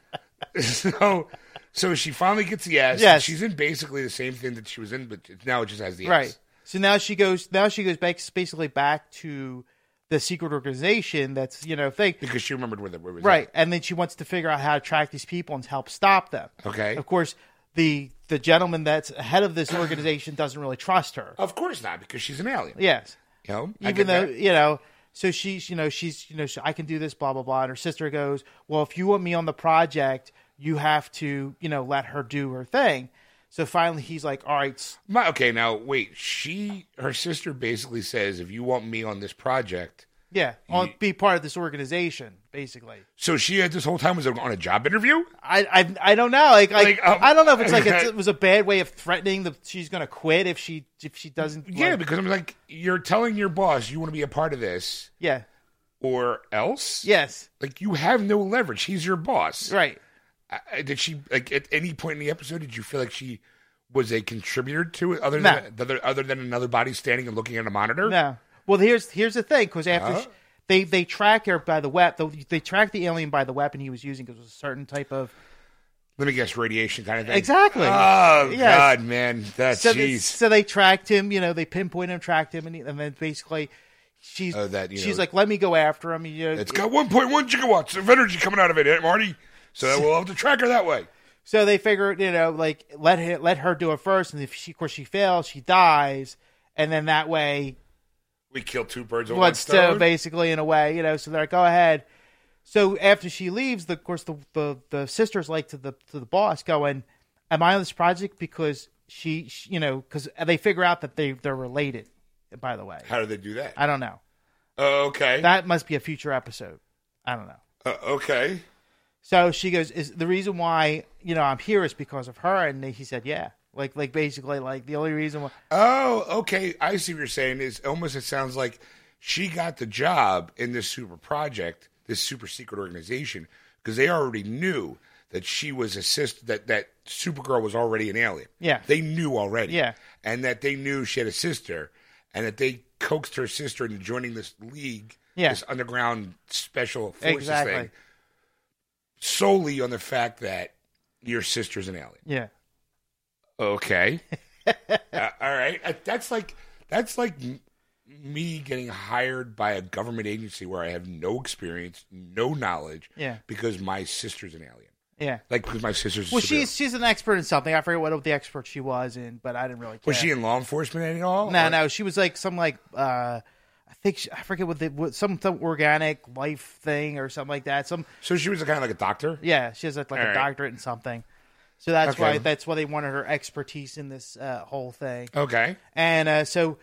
S3: So, so she finally gets the S.
S2: Yes.
S3: She's in basically the same thing that she was in, but now it just has the S.
S2: Right. So now she goes. Now she goes back, basically back to the secret organization. That's you know thing.
S3: Because she remembered where the where it was.
S2: Right. And then she wants to figure out how to track these people and help stop them.
S3: Okay.
S2: Of course, the the gentleman that's head of this organization doesn't really trust her.
S3: Of course not, because she's an alien.
S2: Yes.
S3: You know, I
S2: Even
S3: get
S2: though
S3: that.
S2: you know. So she's, you know, she's, you know, she, I can do this, blah blah blah. And her sister goes, "Well, if you want me on the project, you have to, you know, let her do her thing." So finally, he's like, "All right, s-
S3: My, okay, now wait. She, her sister, basically says, "If you want me on this project,"
S2: yeah, on, be part of this organization, basically."
S3: so she had this whole time was on a job interview.
S2: I, I, I don't know. Like, like,
S3: Like, um,
S2: I don't know if it's like
S3: [laughs]
S2: it's,
S3: okay.
S2: it was a bad way of threatening that she's going to quit if she if she doesn't.
S3: Yeah,
S2: like-
S3: because I'm like, you're telling your boss you want to be a part of this,
S2: yeah,
S3: or else,
S2: yes,
S3: like you have no leverage. He's your boss.
S2: right.
S3: I- did she like at any point in the episode did you feel like she was a contributor to it other
S2: No.
S3: than other, other than another body standing and looking at a monitor
S2: No. Well, here's here's the thing because after
S3: Huh?
S2: she, they they track her by the weapon, they, they track the alien by the weapon he was using because it was a certain type of
S3: let me guess radiation kind of thing
S2: Exactly.
S3: oh
S2: Yes.
S3: god man that's
S2: so they,
S3: jeez
S2: so they tracked him. You know, they pinpointed him, tracked him, and, he- and then basically. She's
S3: Oh, that, you
S2: she's
S3: know-
S2: like, let me go after him. You know,
S3: it's got 1.1 gigawatts of energy coming out of it eh, marty so we'll have to track her that way
S2: So they figure, you know, like let her, let her do it first, and if she, of course, she fails, she dies, and then that way,
S3: we kill two birds with one
S2: what's so
S3: stone
S2: basically in a way, you know. So they're like, go ahead. So after she leaves, the, of course, the, the the sisters like to the to the boss going, "Am I on this project because she, she you know, because they figure out that they they're related." By the way,
S3: how do they do that
S2: I don't know.
S3: oh, okay
S2: That must be a future episode. I don't know.
S3: Uh, okay
S2: So she goes, "Is the reason why you know I'm here is because of her?" And he said, "Yeah." Like, like basically, like the only reason why.
S3: oh okay i see what you're saying is almost it sounds like she got the job in this super project this super secret organization because they already knew that she was a sister that that Supergirl was already an alien.
S2: Yeah.
S3: they knew already.
S2: Yeah.
S3: and that they knew she had a sister, and that they coaxed her sister into joining this league.
S2: Yeah.
S3: this underground special forces
S2: Exactly.
S3: thing solely on the fact that your sister's an alien.
S2: Yeah. [laughs]
S3: Okay. Uh, all right. Uh, That's like that's like m- me getting hired by a government agency where I have no experience, no knowledge.
S2: Yeah.
S3: Because my sister's an alien.
S2: Yeah.
S3: Like because my sister's. a
S2: Well,
S3: superhero.
S2: she's she's an expert in something. I forget what the expert she was in, but I didn't really. Care.
S3: was she in law enforcement at all?
S2: No,
S3: Or-
S2: no, she was like some like uh, I think she, I forget what the what, some some organic life thing or something like that. Some
S3: So she was kind of like a doctor.
S2: yeah, she has like, like
S3: All
S2: a
S3: right.
S2: doctorate in something. So that's
S3: Okay.
S2: why that's why they wanted her expertise in this uh, whole thing.
S3: Okay.
S2: And uh, so,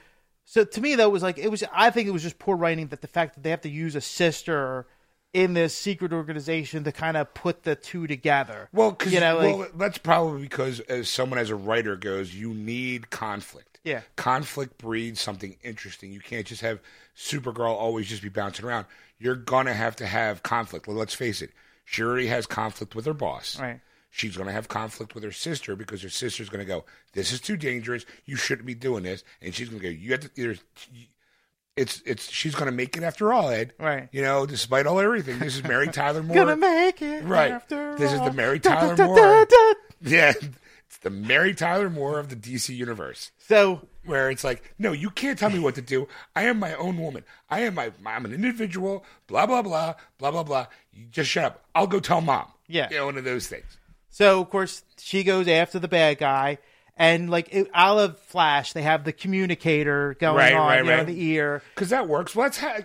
S2: so to me though, it was like it was. I think it was just poor writing that the fact that they have to use a sister in this secret organization to kind of put the two together.
S3: Well, cause,
S2: you know, like,
S3: well, that's probably because as someone as a writer goes, you need conflict.
S2: Yeah.
S3: Conflict breeds something interesting. You can't just have Supergirl always just be bouncing around. You're gonna have to have conflict. Well, let's face it. She already has conflict with her boss.
S2: Right.
S3: She's gonna have conflict with her sister because her sister's gonna go, "This is too dangerous. You shouldn't be doing this." And she's gonna go, "You have to either." It's it's she's gonna make it after all, Ed.
S2: Right.
S3: You know, despite all everything, this is Mary
S2: [laughs]
S3: Tyler Moore.
S2: gonna make it
S3: Right.
S2: after
S3: This is
S2: all.
S3: the Mary
S2: Da,
S3: Tyler
S2: da, da,
S3: Moore.
S2: da, da.
S3: [laughs] Yeah, it's the Mary Tyler Moore of the DC universe,
S2: So
S3: where it's like, no, you can't tell me what to do. I am my own woman. I am my, I'm an individual. Blah blah blah blah blah blah. You just shut up. I'll go tell mom.
S2: Yeah.
S3: you know, one of those things.
S2: So of course she goes after the bad guy, and like it, Olive Flash, they have the communicator going
S3: Right,
S2: on
S3: right,
S2: you know,
S3: right.
S2: in the ear.
S3: Because that works. Well, that's how.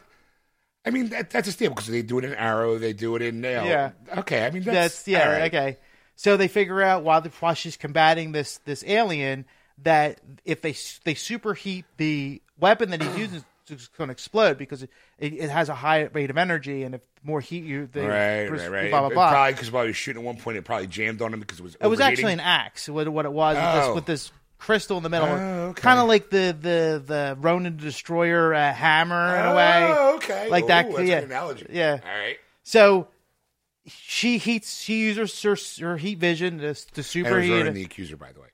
S3: I mean, that, that's a staple. Because they do it in Arrow. They do it in Nail.
S2: Yeah.
S3: Okay. I mean, that's,
S2: That's yeah
S3: all right.
S2: okay. So they figure out while the while she's combating this this alien that if they s- they superheat the weapon that he's using, it's going to explode because it, it, it has a high rate of energy, and if more heat you, the
S3: Right, right, right.
S2: blah blah blah.
S3: It, it probably because while he was shooting at one point, it probably jammed on him because it was.
S2: It was actually an axe. What what it was with,
S3: Oh.
S2: this, with this crystal in the middle,
S3: Oh, okay.
S2: kind of like the the the Ronin Destroyer uh, hammer in a way.
S3: Oh, okay.
S2: Like
S3: Ooh,
S2: that.
S3: That's
S2: yeah.
S3: an analogy.
S2: Yeah.
S3: All right.
S2: So she heats. She uses her, her heat vision to,
S3: And
S2: to
S3: it was
S2: superheat.
S3: Ronan
S2: it.
S3: the Accuser, by the way.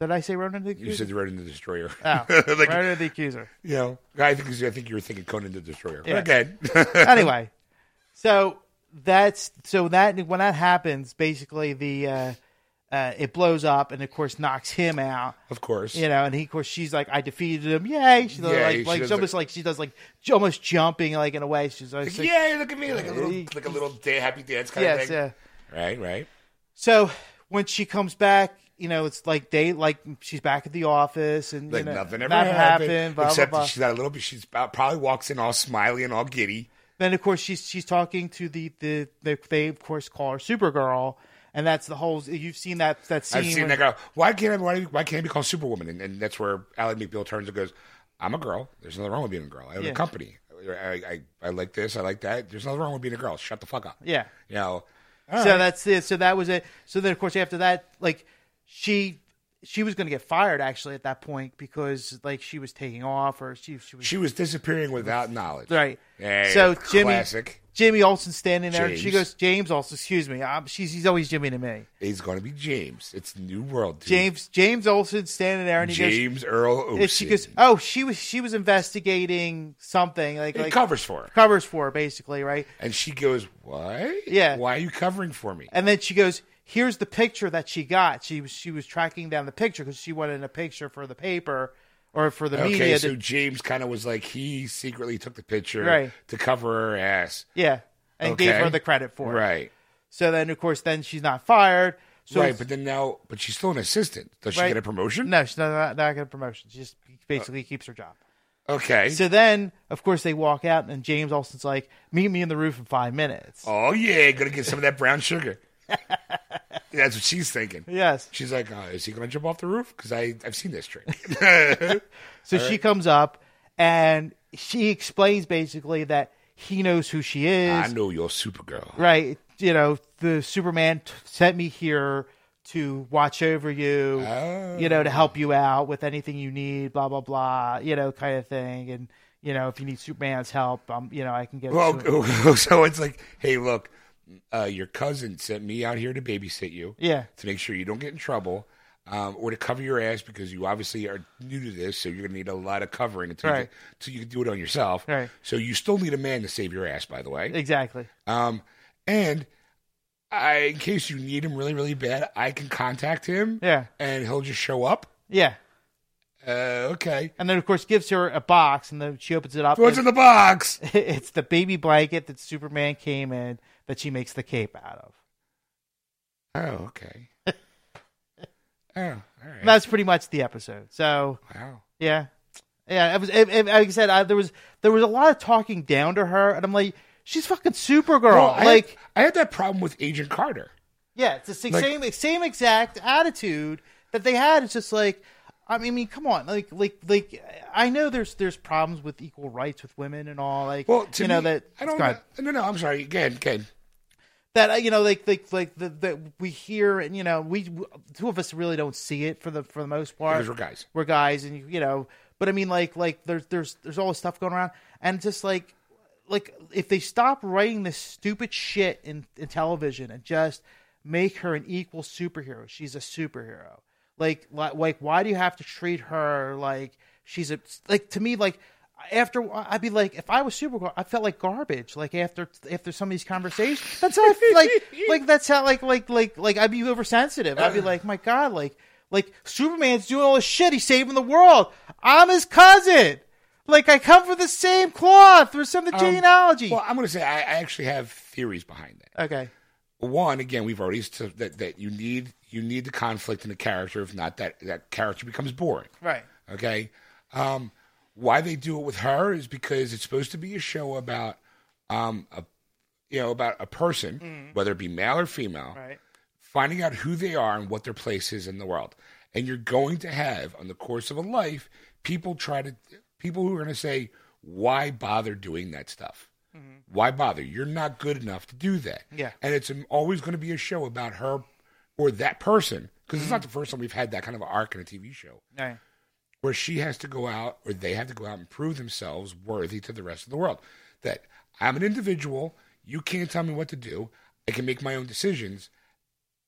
S2: Did I say Ronin the
S3: E. You
S2: Accuser?
S3: said Ronan the Destroyer.
S2: Oh,
S3: [laughs] like,
S2: Ronin
S3: [laughs]
S2: the Accuser.
S3: you know, I think I think you were thinking Conan the Destroyer.
S2: Yeah.
S3: Okay.
S2: anyway, so that's so that when that happens, basically the uh, uh, it blows up and of course knocks him out.
S3: [laughs] of course.
S2: you know, and he, of course, she's like, I defeated him, yay! She's
S3: Yeah,
S2: like,
S3: she
S2: like
S3: does
S2: she almost like she does like j- almost jumping, like in a way. She's like,
S3: Like, Yay! Look at me, like a little, like a little day, happy dance kind of
S2: yes,
S3: thing.
S2: yeah.
S3: Right, right.
S2: So when she comes back, you know, it's like they like she's back at the office and
S3: Like
S2: you know,
S3: nothing ever happened,
S2: blah,
S3: except
S2: blah,
S3: that
S2: blah.
S3: she's got a little bit. She's about, probably walks in all smiley and all giddy.
S2: Then of course she's she's talking to the the they, they of course call her Supergirl, and that's the whole you've seen that that scene.
S3: I've seen
S2: when-
S3: that girl. Why can't I, why, why can't I be called Superwoman? And, and that's where Ally McBeal turns and goes, "I'm a girl. There's nothing wrong with being a girl. I own
S2: Yeah.
S3: a company. I, I I like this. I like that. There's nothing wrong with being a girl. Shut the fuck up.
S2: Yeah.
S3: You know.
S2: so that's it. So that was it. So then, of course, after that, like she she was going to get fired actually at that point because like she was taking off or she she was
S3: She was disappearing without knowledge.
S2: right.
S3: Yeah,
S2: so Jimmy
S3: classic.
S2: Jimmy Olsen standing there. and She
S3: James.
S2: goes, James Olsen. Excuse me. i she's he's always Jimmy to me.
S3: It's going to be James. It's New World. Dude.
S2: James James Olsen standing there and he goes.
S3: James Earl Olsen.
S2: And she goes, oh, she was she was investigating something like
S3: it
S2: like
S3: covers for her.
S2: covers for her, basically, right?
S3: And she goes, Why?
S2: Yeah.
S3: Why are you covering for me?
S2: And then she goes, "Here's the picture that she got. She was she was tracking down the picture because she wanted a picture for the paper or for the
S3: Okay,
S2: media.
S3: so
S2: to,
S3: James kind of was like, he secretly took the picture
S2: Right.
S3: to cover her ass.
S2: yeah, and gave
S3: Okay.
S2: her the credit for it.
S3: Right.
S2: So then, of course, then she's not fired. So
S3: right, but then now, but she's still an assistant. Does she
S2: Right.
S3: get a promotion?
S2: no, she's not not, not getting a promotion. She just basically keeps her job.
S3: Uh, Okay.
S2: So then, of course, they walk out, and James Alston's like, "Meet me in the roof in five minutes."
S3: oh, yeah, gonna get some of that brown sugar. [laughs] That's what she's thinking.
S2: Yes.
S3: She's like, uh, is he gonna jump off the roof? Because I've seen this
S2: [laughs]
S3: trick.
S2: So she comes up, and she explains basically that he knows who she is.
S3: I know you're Supergirl.
S2: right you know the superman t- sent me here to watch over you you know to help you out with anything you need blah blah blah you know kind of thing and you know, if you need Superman's help, um, you know, I can
S3: [laughs]
S2: get.
S3: Well,
S2: to it.
S3: so it's like, hey, look, uh, your cousin sent me out here to babysit you
S2: yeah,
S3: to make sure you don't get in trouble, um, or to cover your ass because you obviously are new to this, so you're gonna need a lot of covering until you,
S2: Right.
S3: get, until you can do it on yourself.
S2: Right.
S3: So you still need a man to save your ass, by the way.
S2: exactly.
S3: Um, and I, in case you need him really, really bad, I can contact him,
S2: Yeah,
S3: and he'll just show up.
S2: yeah.
S3: Uh, okay.
S2: And then of course gives her a box, and then she opens it up.
S3: What's in
S2: and
S3: the box?
S2: [laughs] it's the baby blanket that Superman came in that she makes the cape out of.
S3: Oh, okay. [laughs] oh, all right.
S2: And that's pretty much the episode. So
S3: wow.
S2: yeah, yeah. It was it, it, like I said, I, there was there was a lot of talking down to her, and I'm like, she's fucking Supergirl.
S3: Well, I had-
S2: like
S3: I had that problem with Agent Carter.
S2: Yeah, it's the same
S3: Like-
S2: same, same exact attitude that they had. It's just like, I mean, I mean, come on, like, like, like. I know there's there's problems with equal rights with women and all, like,
S3: Well, to
S2: you know
S3: me,
S2: that
S3: I don't.
S2: go ahead.
S3: Know, no, no, I'm sorry. Again, again.
S2: that uh, you know, like, like, like the, that we hear and you know, we two of us really don't see it for the for the most part.
S3: Because we're guys.
S2: we're guys, and you, you know, but I mean, like, like there's there's there's all this stuff going around, and just like. Like if they stop writing this stupid shit in, in television and just make her an equal superhero, she's a superhero. Like, li- like, why do you have to treat her like she's a like to me like after a while, I'd be like if I was Supergirl, I felt like garbage. Like after after some of these conversations, that's how I feel like like that's how like like like like I'd be oversensitive. I'd be like, my god, like like Superman's doing all this shit. He's saving the world. I'm his cousin. Like I come from the same cloth with some of the genealogy.
S3: Well, I'm going to say I, I actually have theories behind that.
S2: okay.
S3: One, again, we've already said that that you need you need the conflict in the character. If not, that that character becomes boring.
S2: Right.
S3: Okay. Um, why they do it with her is because it's supposed to be a show about um a you know about a person, whether it be male or female,
S2: Right.
S3: finding out who they are and what their place is in the world. And you're going to have, on the course of a life, people try to, people who are going to say, why bother doing that stuff? Why bother? You're not good enough to do that.
S2: Yeah.
S3: And it's always going to be a show about her or that person, because it's not the first time we've had that kind of arc in a TV show
S2: Right.
S3: where she has to go out or they have to go out and prove themselves worthy to the rest of the world. That I'm an individual, you can't tell me what to do, I can make my own decisions.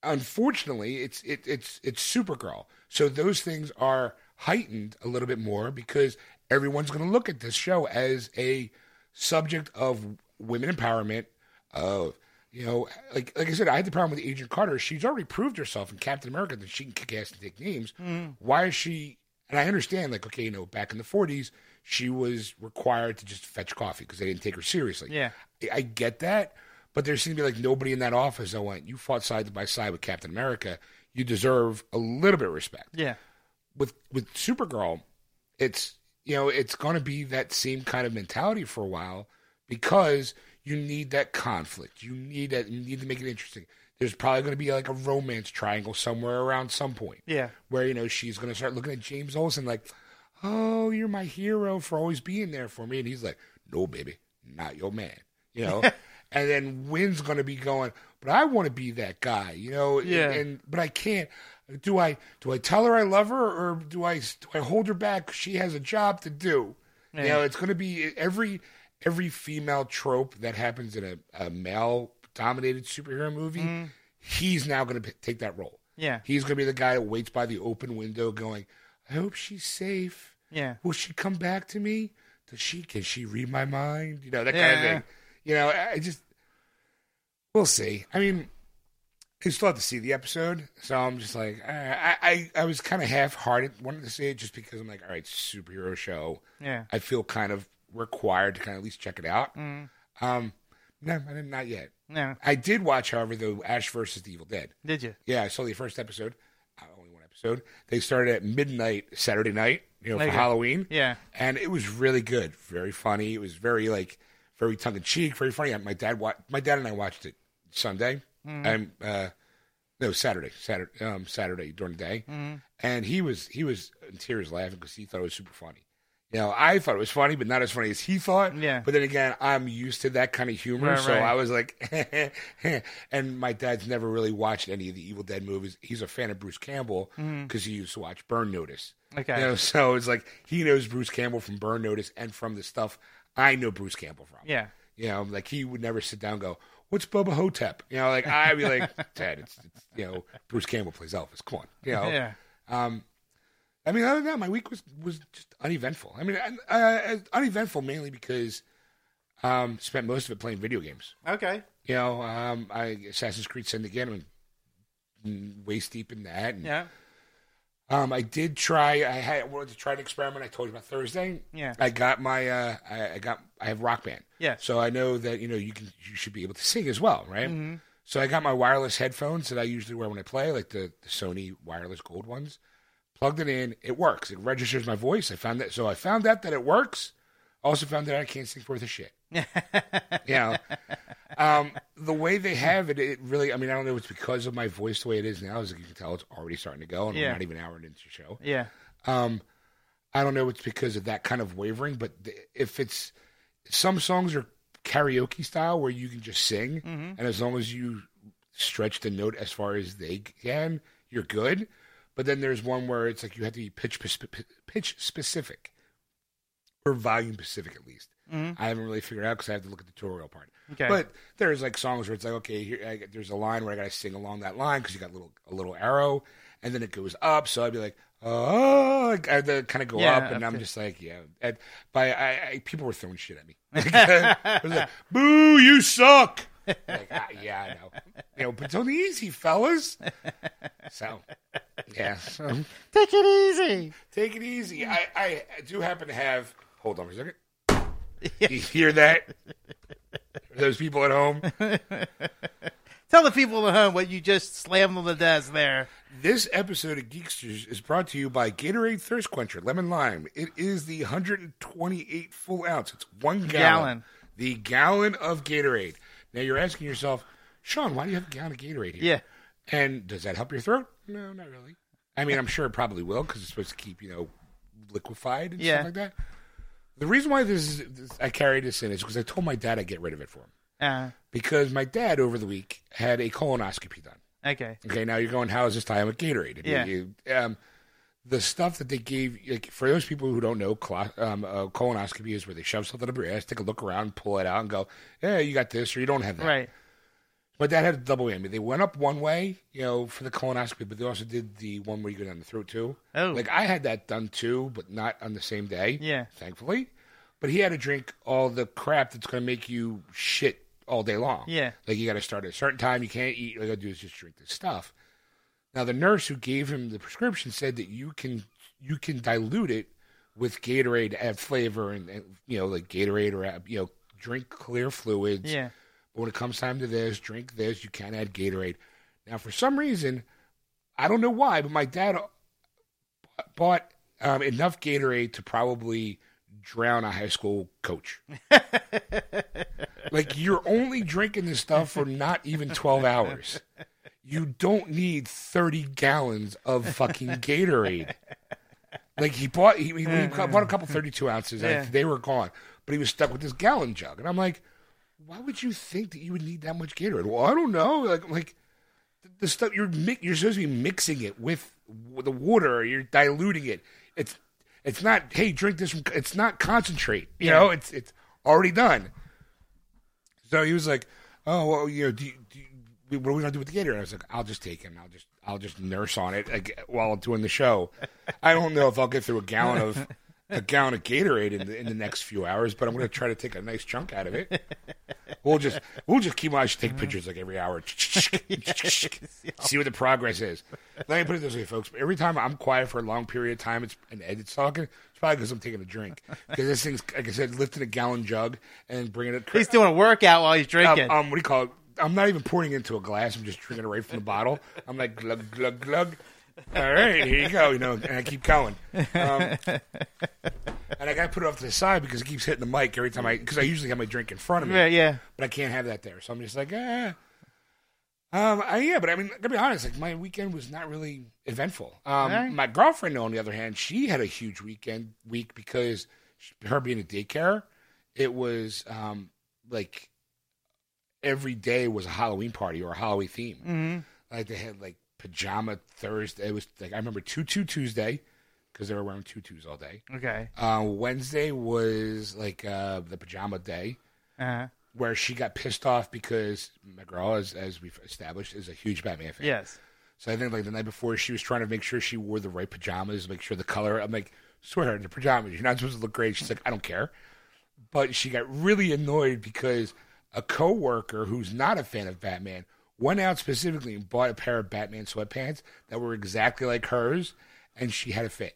S3: Unfortunately, it's it, it's it's Supergirl. So those things are heightened a little bit more because everyone's going to look at this show as a subject of women empowerment of you know like like I said I had the problem with Agent Carter she's already proved herself in Captain America that she can kick ass and take names why is she and I understand like okay you know back in the 40s she was required to just fetch coffee because they didn't take her seriously
S2: Yeah.
S3: I, I get that but there seemed to be like nobody in that office that went you fought side by side with Captain America you deserve a little bit of respect
S2: Yeah.
S3: with with Supergirl, it's you know it's going to be that same kind of mentality for a while because you need that conflict. You need that. You need to make it interesting. There's probably going to be like a romance triangle somewhere around some point
S2: Yeah.
S3: where you know she's going to start looking at James Olsen like, "Oh, you're my hero for always being there for me," and he's like, "No, baby, not your man," you know. and then Wynn's going to be going, "But I want to be that guy," you know. and-
S2: Yeah.
S3: And, but I can't. Do I do I tell her I love her or do I do I hold her back? She has a job to do. You know, it's going to be every every female trope that happens in a, a male dominated superhero movie. He's now going to take that role.
S2: Yeah.
S3: He's going to be the guy that waits by the open window going, I hope she's safe.
S2: Yeah.
S3: Will she come back to me? Does she, can she read my mind? You know, that kind
S2: Yeah.
S3: of thing. You know, I I just, we'll see. I mean, I still have to see the episode. So I'm just like, uh, I, I, I was kind of half hearted, wanted to see it just because I'm like, all right, superhero show.
S2: Yeah.
S3: I feel kind of required to kind of at least check it out. Um, no, I did not yet.
S2: No.
S3: I did watch, however, though, Ash versus the Evil Dead.
S2: Did you?
S3: Yeah, I saw the first episode. Uh, Only one episode. They started at midnight Saturday night, you know,
S2: Later.
S3: for Halloween.
S2: Yeah.
S3: and it was really good, very funny. It was very like very tongue in cheek, very funny. My dad, wa- my dad and I watched it Sunday. I'm uh, no Saturday, Saturday,
S2: mm-hmm,
S3: um, Saturday during the day, and he was he was in tears laughing because he thought it was super funny. You know, I thought it was funny, but not as funny as he thought.
S2: Yeah.
S3: But then again, I'm used to that kind of humor,
S2: Right,
S3: so
S2: right.
S3: I was like, [laughs] and my dad's never really watched any of the Evil Dead movies. He's a fan of Bruce Campbell because he used to watch Burn Notice.
S2: Mm-hmm. Okay.
S3: You know, so it's like he knows Bruce Campbell from Burn Notice and from the stuff I know Bruce Campbell from.
S2: Yeah.
S3: You know, like he would never sit down and go, What's Bubba Hotep? You know, like I'd be like, [laughs] Ted, it's, it's you know, Bruce Campbell plays Elvis. Come on. You know.
S2: Yeah.
S3: I mean, other than that, my week was was just uneventful. I mean, and, uh, uneventful mainly because um, spent most of it playing video games.
S2: Okay.
S3: You know, um, I Assassin's Creed Syndicate. I mean, waist deep in that. And,
S2: Yeah.
S3: Um, I did try. I had I wanted to try an experiment. I told you about Thursday.
S2: Yeah.
S3: I got my. Uh, I, I got. I have Rock Band.
S2: Yeah.
S3: So I know that you know you can. You should be able to sing as well, right?
S2: Mm-hmm,
S3: So I got my wireless headphones that I usually wear when I play, like the, the Sony wireless gold ones. Plugged it in. It works. It registers my voice. I found that. So I found out that it works. Also found that I can't sing worth a shit. you know, um, the way they have it, it really. I mean, I don't know. if It's because of my voice the way it is now. As you can tell, it's already starting to go, and
S2: Yeah.
S3: we're not even an hour into the show.
S2: Yeah.
S3: Um, I don't know. It's because of that kind of wavering, but th- if it's some songs are karaoke style where you can just sing, and as long as you stretch the note as far as they can, you're good. But then there's one where it's like you have to be pitch pers- pitch specific or volume specific at least. I haven't really figured out because I have to look at the tutorial part.
S2: Okay.
S3: But there's like songs where it's like, okay, here I, there's a line where I got to sing along that line because you got a little a little arrow, and then it goes up. So I'd be like, oh, I had to kind of go
S2: Yeah,
S3: up, and
S2: up
S3: I'm
S2: to-
S3: just like, yeah. And by I, I, people were throwing shit at me. [laughs] I was like, boo, you suck. Like, ah, yeah, I know. You know, but it's only easy, fellas. So, yeah. So.
S2: Take it easy.
S3: Take it easy. I, I do happen to have. Hold on for a second. You hear that? Those people at home.
S2: Tell the people at home what you just slammed on the desk there.
S3: This episode of Geeksters is brought to you by Gatorade Thirst Quencher Lemon Lime. It is the 128 full ounce. It's one gallon.
S2: Gallon.
S3: The gallon of Gatorade. Now you're asking yourself, Sean, why do you have a gallon of Gatorade here?
S2: Yeah.
S3: And does that help your throat? No, not really. I mean, I'm sure it probably will because it's supposed to keep, you know, liquefied and
S2: Yeah.
S3: stuff like that. The reason why this is this, I carry this in is because I told my dad I'd get rid of it for him.
S2: Uh,
S3: Because my dad over the week had a colonoscopy done.
S2: okay.
S3: Okay, now you're going, how is this time with Gatorade? I mean,
S2: Yeah.
S3: you- um, the stuff that they gave, like, for those people who don't know, colo- um, uh, colonoscopy is where they shove something up your ass, take a look around, pull it out, and go, yeah, you got this, or you don't have that.
S2: Right.
S3: But that had a double whammy. They went up one way, you know, for the colonoscopy, but they also did the one where you go down the throat too.
S2: Oh.
S3: like I had that done too, but not on the same day.
S2: Yeah.
S3: thankfully. But he had to drink all the crap that's going to make you shit all day long.
S2: Yeah.
S3: like you got to start at a certain time. You can't eat. All you got to do is just drink this stuff. Now the nurse who gave him the prescription said that you can you can dilute it with Gatorade add flavor and, and you know like Gatorade or uh, you know drink clear fluids.
S2: Yeah.
S3: But when it comes time to this, drink this. You can't add Gatorade. Now, for some reason, I don't know why, but my dad bought um, enough Gatorade to probably drown a high school coach. like you're only drinking this stuff for not even 12 hours. You don't need 30 gallons of fucking Gatorade. Like he bought, he, he, he bought a couple 32 ounces. and
S2: Yeah.
S3: they were gone, but he was stuck with this gallon jug. And I'm like, why would you think that you would need that much Gatorade? Well, I don't know. Like, like the- the stuff you're mi- you're supposed to be mixing it with w- the water. Or you're diluting it. It's it's not. Hey, drink this. From, it's not concentrate. You know, it's it's already done. So he was like, "Oh, well, you know, do, you, do you, what are we gonna do with the Gatorade?" I was like, "I'll just take it. and I'll just I'll just nurse on it like, while I'm doing the show. I don't know if I'll get through a gallon of." A gallon of Gatorade in the, in the next few hours, but I'm going to try to take a nice chunk out of it. We'll just we'll just keep on. I should take pictures like every hour. See what the progress is. Let me put it this way, folks. Every time I'm quiet for a long period of time, it's and Ed's talking. It's probably because I'm taking a drink. Because this thing's like I said, lifting a gallon jug and bringing it.
S2: He's doing a workout while he's drinking.
S3: Um, um, what do you call it? I'm not even pouring it into a glass. I'm just drinking it right from the bottle. I'm like glug glug glug. All right, here you go. You know, and I keep going. Um, and I got to put it off to the side because it keeps hitting the mic every time I because I usually have my drink in front of me
S2: yeah, yeah.
S3: but I can't have that there. So I'm just like, ah. Um, I, yeah, but I mean, to be honest, like my weekend was not really eventful. Um,
S2: Alright.
S3: my girlfriend, on the other hand, she had a huge weekend week because sh- her being at daycare, it was um, like every day was a Halloween party or a Halloween theme. Like they had like pajama Thursday. It was like I remember tutu Tuesday because they were wearing tutus all day.
S2: Okay.
S3: Uh, Wednesday was like uh, the pajama day Uh-huh.
S2: Uh,
S3: where she got pissed off because McGraw, as, as we've established, is a huge Batman fan.
S2: yes.
S3: So I think like the night before, she was trying to make sure she wore the right pajamas, make sure the color. I'm like, swear in your pajamas, you're not supposed to look great. She's like, I don't care. But she got really annoyed because a coworker who's not a fan of Batman went out specifically and bought a pair of Batman sweatpants that were exactly like hers, and she had a fit.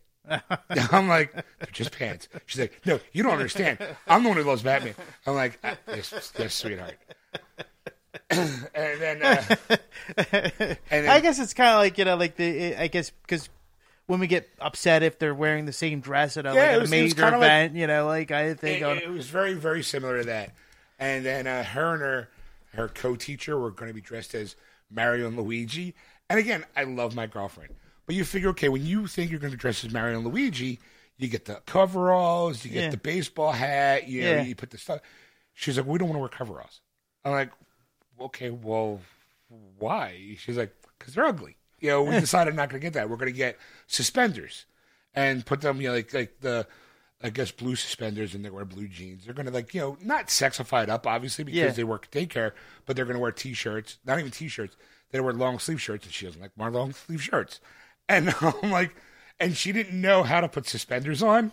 S3: I'm like, they're just pants. She's like, no, you don't understand. I'm the one who loves Batman. I'm like, "Ah, yes, yes, sweetheart. [clears throat] and then, uh, and then
S2: I guess it's kind of like you know, like the I guess because women get upset if they're wearing the same dress at
S3: Yeah,
S2: a, like,
S3: it
S2: at
S3: was-
S2: a
S3: it was
S2: major
S3: kinda like-
S2: event. you know, like I think
S3: it,
S2: on,
S3: it was very very similar to that and then uh, her and her her co-teacher were going to be dressed as mario and luigi and again i love my girlfriend but you figure okay when you think you're going to dress as mario and luigi you get the coveralls you get
S2: Yeah.
S3: the baseball hat you, know,
S2: Yeah.
S3: you put the stuff she's like we don't want to wear coveralls i'm like okay well why she's like because they're ugly you know we decided not going to get that we're going to get suspenders and put them, you know, like like the I guess blue suspenders and they wear blue jeans. They're gonna like, you know, not sexify it up obviously because
S2: Yeah.
S3: they work at daycare, but they're gonna wear t shirts, not even t shirts, they wear long sleeve shirts and she doesn't like my long sleeve shirts. And [laughs] I'm like and she didn't know how to put suspenders on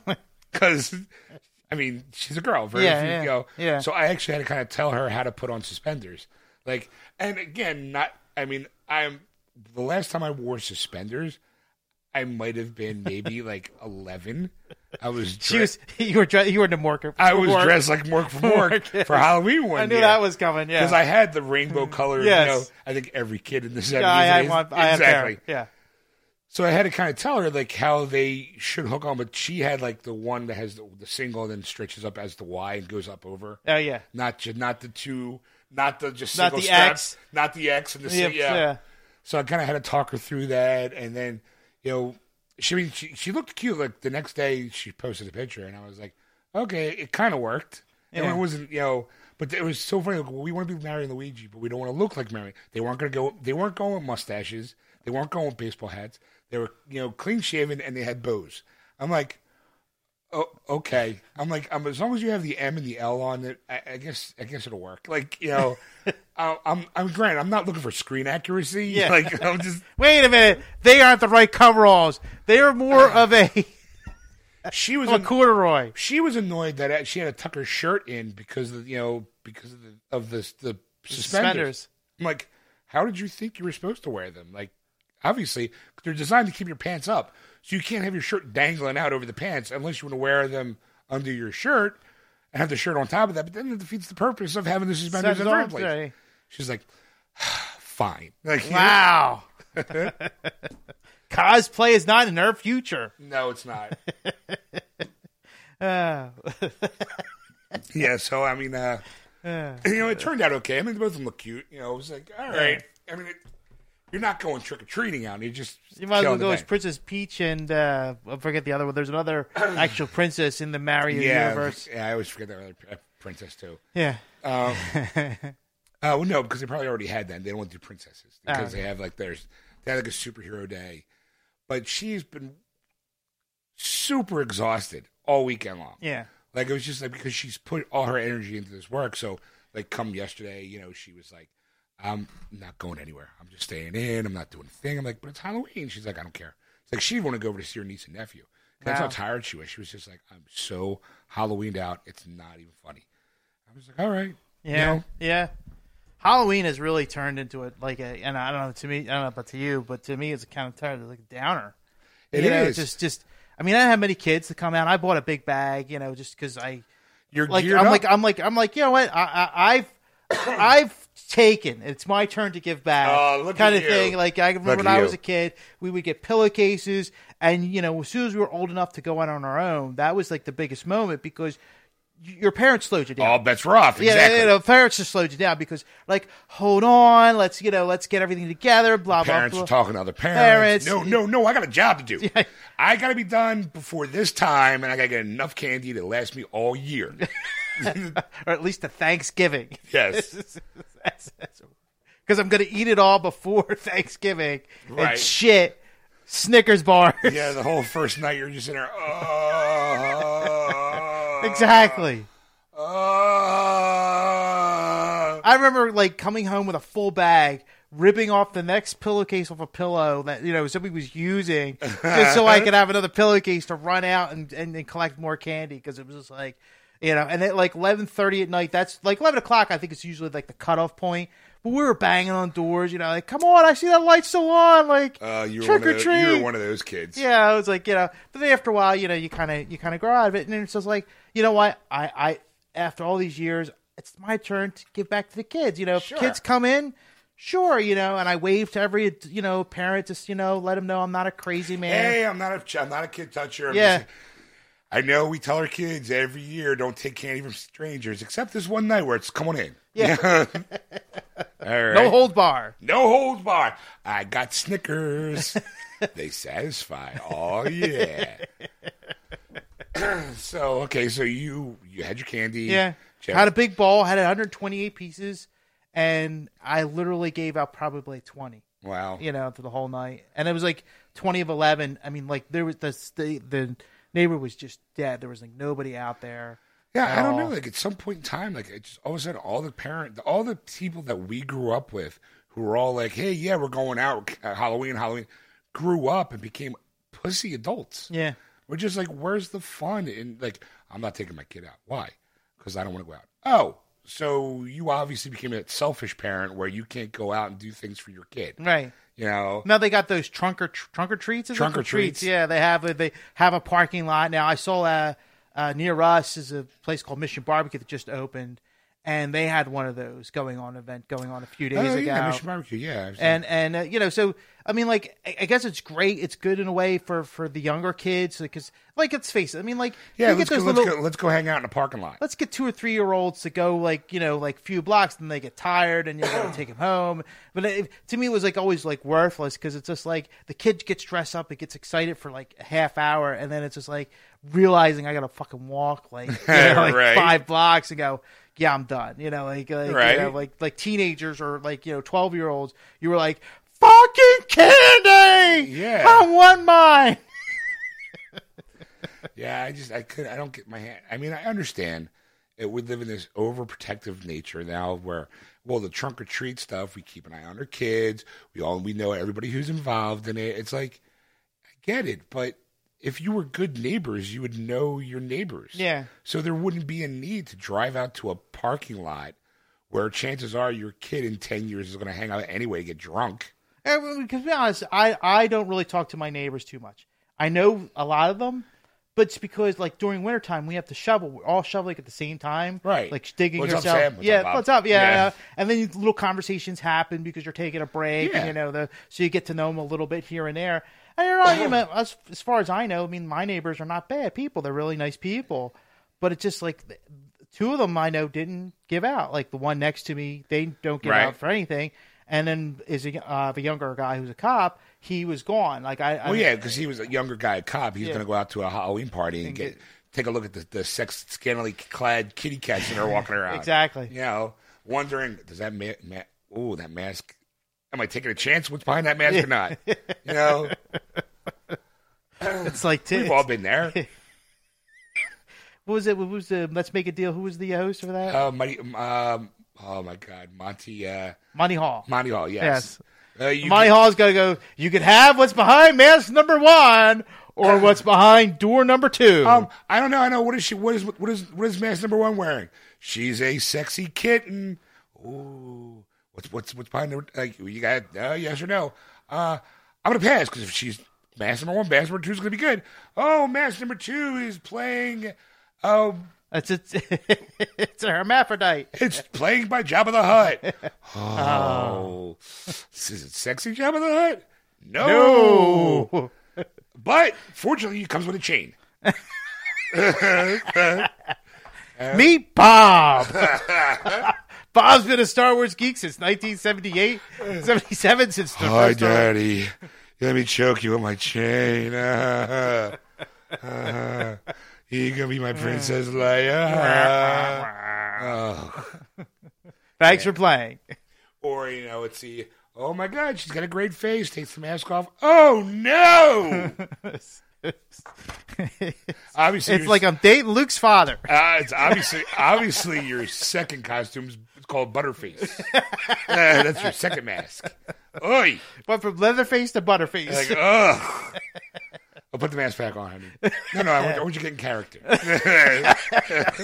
S3: because I mean, she's a girl, very
S2: Yeah,
S3: few,
S2: yeah,
S3: you know.
S2: yeah.
S3: So I actually had to kind of tell her how to put on suspenders. Like and again, not I mean, I'm the last time I wore suspenders, I might have been
S2: [laughs]
S3: maybe like eleven. I was
S2: she
S3: dre-
S2: was [laughs] you were dre- you were in the morgue.
S3: I was
S2: morgue.
S3: dressed like Mork from Mork
S2: Mork, yes.
S3: for Halloween one
S2: I knew
S3: year.
S2: that was coming. Yeah,
S3: because I had the rainbow color.
S2: Yes.
S3: You know, I think every kid in the seventies.
S2: yeah, I had one. I had a pair.
S3: exactly.
S2: Yeah.
S3: So I had to kind of tell her like how they should hook on, but she had like the one that has the, the single and then stretches up as the Y and goes up over.
S2: Oh yeah.
S3: Not ju- not the two, not the just
S2: Not
S3: single
S2: the
S3: strap,
S2: X.
S3: not the X and the
S2: Yeah.
S3: C. yeah. So I kind of had to talk her through that, and then you know, she I mean she she looked cute. Like the next day, she posted a picture, and I was like, okay, it kind of worked. And
S2: Yeah.
S3: it wasn't you know, but it was so funny. Like, we want to be Mary and Luigi, but we don't want to look like Mary. They weren't gonna go. They weren't going with mustaches. They weren't going with baseball hats. They were you know clean shaven, and they had bows. I'm like. Oh, okay. I'm like, um, as long as you have the M and the L on it, I, I guess, I guess it'll work. Like, you
S2: [laughs]
S3: know, I, I'm, I'm granted, I'm not looking for screen accuracy.
S2: Yeah.
S3: Like, I'm just,
S2: Wait a minute. They aren't the right coveralls. They are more
S3: Uh-huh.
S2: of a, [laughs]
S3: she was,
S2: a
S3: an,
S2: corduroy.
S3: she was annoyed that she had to tuck her shirt in because of, you know, because of the, of the, the suspenders.
S2: Suspenders.
S3: I'm like, how did you think you were supposed to wear them? Like, obviously, they're designed to keep your pants up, so you can't have your shirt dangling out over the pants unless you want to wear them under your shirt and have the shirt on top of that. But then it defeats the purpose of having the suspenders in the first place.
S2: Yeah.
S3: She's like, [sighs] fine. Like,
S2: Wow. [laughs] Cosplay is not in our future.
S3: no, it's
S2: [laughs]
S3: not.
S2: Uh,
S3: yeah. So I mean, uh, [sighs] you know, it turned out okay. I mean, both of them look cute. You know, it was like, all right. I mean, it, you're not going trick or treating out. You just
S2: you might as well
S3: killing the
S2: go as
S3: bank.
S2: Princess Peach and uh, I forget the other one. There's another [clears throat] actual princess in the Mario universe.
S3: Yeah, I always forget that other uh, princess too.
S2: Yeah.
S3: Oh well, no, because they probably already had that. They don't want to do princesses because
S2: Ah, okay.
S3: they have like there's they have like a superhero day. But she's been super exhausted all weekend long.
S2: Yeah.
S3: Like it was just like because she's put all her energy into this work. So like come yesterday, you know, she was like, I'm not going anywhere. I'm just staying in. I'm not doing a thing. I'm like, but it's Halloween. She's like, I don't care. It's like she didn't want to go over to see her niece and nephew. That's
S2: Wow.
S3: how tired she was. She was just like, I'm so Halloweened out. It's not even funny. I was like, all right. you
S2: Yeah.
S3: know?
S2: Yeah. Halloween has really turned into it like a, and I don't know to me, I don't know about to you, but to me, it's kind of tired, like a downer.
S3: It
S2: you know,
S3: is.
S2: just, just. I mean, I didn't have many kids to come out. I bought a big bag, you know, just because I
S3: You're
S2: like.
S3: geared
S2: I'm
S3: up.
S2: like, I'm like, I'm like, you know what? I, I, I've, [coughs] I've taken. It's my turn to give back.
S3: Oh, look
S2: kind
S3: at
S2: of thing.
S3: you.
S2: Like I remember
S3: Look
S2: when
S3: at
S2: I
S3: you.
S2: was a kid, we would get pillowcases, and you know, as soon as we were old enough to go out on our own, that was like the biggest moment because your parents slowed you down.
S3: All bets were off.
S2: Yeah,
S3: Oh, Exactly.
S2: you know, parents just slowed you down because, like, hold on, let's you know, let's get everything together. Blah blah.
S3: parents
S2: blah.
S3: are talking to other parents.
S2: Parents.
S3: No, no, no. I got a job to do. I got to be done before this time, and I got to get enough candy to last me all
S2: [laughs]
S3: year.
S2: [laughs] or at least to Thanksgiving.
S3: Yes.
S2: Because I'm gonna eat it all before [laughs] Thanksgiving
S3: Right.
S2: and shit. Snickers bar.
S3: yeah, the whole first night you're just in there. "Uh, Oh,
S2: [laughs] exactly. [laughs]
S3: Oh.
S2: I remember like coming home with a full bag, ripping off the next pillowcase off a pillow that you know somebody was using, just so I could have another pillowcase to run out and and, and collect more candy because it was just like, you know, and at like eleven thirty at night, that's like eleven o'clock. I think it's usually like the cutoff point. But we were banging on doors, you know, like come on, I see that light still on, like
S3: Uh, you, were
S2: trick
S3: one
S2: or
S3: of the, you
S2: treat.
S3: were one of those kids.
S2: Yeah, I was like, you know, but then after a while, you know, you kind of you kind of grow out of it, and it's just like, you know what? I I after all these years, it's my turn to give back to the kids. You know, if
S3: Sure.
S2: kids come in, sure, you know, and I wave to every you know parent, just you know, let them know I'm not a crazy man.
S3: Hey, I'm not a ch- I'm not a kid toucher. I'm
S2: Yeah.
S3: just- I know we tell our kids every year don't take candy from strangers, except this one night where it's come on in. [laughs]
S2: Yeah.
S3: All right.
S2: [laughs] no hold bar.
S3: No holds barred. I got
S2: [laughs]
S3: Snickers. they satisfy. Oh yeah. [clears throat] so okay, so you you had your candy.
S2: Yeah,
S3: Jeff-
S2: had a big ball, had 128 pieces, and I literally gave out probably 20.
S3: wow.
S2: you know, through the whole night. And it was like twenty of eleven. I mean, like there was the the, the neighbor was just dead. There was like nobody out there.
S3: Yeah, I don't know.
S2: Oh.
S3: Like at some point in time, like it just all of a sudden, all the parent, all the people that we grew up with, who were all like, "Hey, yeah, we're going out uh, Halloween, Halloween," grew up and became pussy adults.
S2: Yeah,
S3: We're just like, "Where's the fun?" And like, I'm not taking my kid out. Why? Because I don't want to go out. Oh, so you obviously became a selfish parent where you can't go out and do things for your kid.
S2: right.
S3: You know,
S2: Now they got those trunk or trunk or treats. is it?
S3: Trunk or treats.
S2: Yeah, they have a, they have a parking lot now. I saw uh, uh, near us is a place called Mission Barbecue that just opened, and they had one of those going on event going on a few days
S3: oh,
S2: ago.
S3: yeah, Mission Barbecue, yeah. I've seen-
S2: and and uh, you know so i mean like I, I guess it's great it's good in a way for for the younger kids because like let's face it i mean like
S3: yeah,
S2: you
S3: let's
S2: get
S3: go,
S2: those
S3: let's
S2: little
S3: go. Let's go hang out in a parking lot.
S2: let's get two or three year olds to go like you know like few blocks then they get tired and
S3: [clears throat]
S2: you gotta take them home but it, to me it was like always like worthless because it's just like the kid gets dressed up and gets excited for like a half hour and then it's just like realizing i gotta fucking
S3: [laughs]
S2: walk like, you know, like
S3: Right.
S2: five blocks and go yeah i'm done you know like like, you
S3: Right.
S2: know, like like teenagers or like you know 12 year olds you were like fucking candy
S3: Yeah.
S2: i want mine
S3: Yeah, I just I could I don't get my hand. I mean, I understand it. We live in this overprotective nature now, where well, the trunk or treat stuff. We keep an eye on our kids. We all we know everybody who's involved in it. It's like I get it, but if you were good neighbors, you would know your neighbors.
S2: Yeah.
S3: So there wouldn't be a need to drive out to a parking lot where chances are your kid in ten years is going to hang out anyway, get drunk.
S2: Because to be honest, I, I don't really talk to my neighbors too much. I know a lot of them, but it's because like during wintertime we have to shovel. We're all shoveling at the same time,
S3: Right.
S2: Like digging
S3: What's up,
S2: yourself.
S3: Sam? What's
S2: yeah,
S3: up, Bob?
S2: what's up? Yeah,
S3: Yeah.
S2: yeah. And then these little conversations happen because you're taking a break.
S3: Yeah.
S2: And, you know, the, so you get to know them a little bit here and there. And you know, you
S3: [clears throat]
S2: know, as, as far as I know, I mean, my neighbors are not bad people. They're really nice people, but it's just like. th- Two of them I know didn't give out. Like the one next to me, they don't give
S3: Right.
S2: out for anything. And then is a, uh, the younger guy who's a cop. He was gone. Like I, I
S3: Well, yeah, because he was a younger guy, a cop. He's
S2: Yeah.
S3: going to go out to a Halloween party and get take a look at the, the sex scantily clad kitty cats that are walking around.
S2: Exactly.
S3: You know, wondering does that ma- ma- ooh that mask? Am I taking a chance? What's behind that mask or not? You know,
S2: it's like t-
S3: we've all been there.
S2: what was it? What was the Let's Make a Deal? Who was the host for that?
S3: Uh, Monty, um, oh my God, Monty, uh,
S2: Monty Hall.
S3: Monty Hall. Yes. Uh, you,
S2: Monty Hall's gonna go. You could have what's behind mask number one, or what's behind door number two.
S3: Um, I don't know. I know. What is she? What is what is what is mask number one wearing? She's a sexy kitten. Ooh, what's what's what's behind the like? You got uh, yes or no? Uh, I'm gonna pass because if she's mask number one, mask number two is gonna be good. Oh, mask number two is playing. Um,
S2: That's it's [laughs] it's a hermaphrodite.
S3: it's playing by Jabba the Hutt. Oh, is it sexy Jabba the Hutt? No.
S2: No.
S3: but fortunately, it comes with a chain. [laughs]
S2: Meet Bob. Bob's been a Star Wars geek since 1978, 77 since the
S3: Hi,
S2: first Star Wars-
S3: Daddy. Let me choke you with my chain. Ah, ah. you gonna be my princess
S2: [laughs]
S3: Leia? Ah.
S2: Thanks for playing.
S3: Or you know, it's the oh my god, she's got a great face. Takes the mask off. Oh
S2: [laughs]
S3: no! Obviously,
S2: It's
S3: your-
S2: like I'm dating Luke's father.
S3: uh, it's obviously obviously your second costume's called
S2: [laughs]
S3: Butterface. Uh, that's your second mask. Oi!
S2: Went from Leatherface to Butterface.
S3: Like, ugh. I'll put the mask back on, honey. No, no, I want, I want you to get in character. [laughs]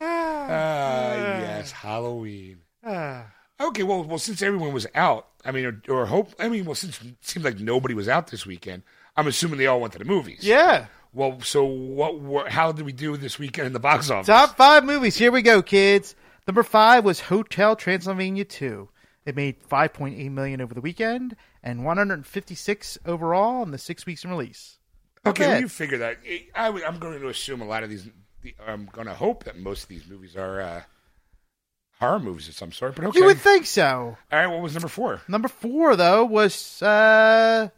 S3: Ah, yes, Halloween. Okay, well, well, since everyone was out, I mean, or, or hope, I mean, well, since it seemed like nobody was out this weekend, I'm assuming they all went to the movies.
S2: [laughs] yeah.
S3: Well, so what? were how did we do this weekend in the box office?
S2: Top five movies. Here we go, kids. Number five was Hotel Transylvania 2. It made 5.8 million over the weekend and 156 overall in the six weeks in release.
S3: Okay,
S2: Okay.
S3: well, you figure that. I, am going to assume a lot of these. the- I'm going to hope that most of these movies are uh, horror movies of some sort. But okay,
S2: You would think so.
S3: all right. What was number four?
S2: Number four, though, was uh,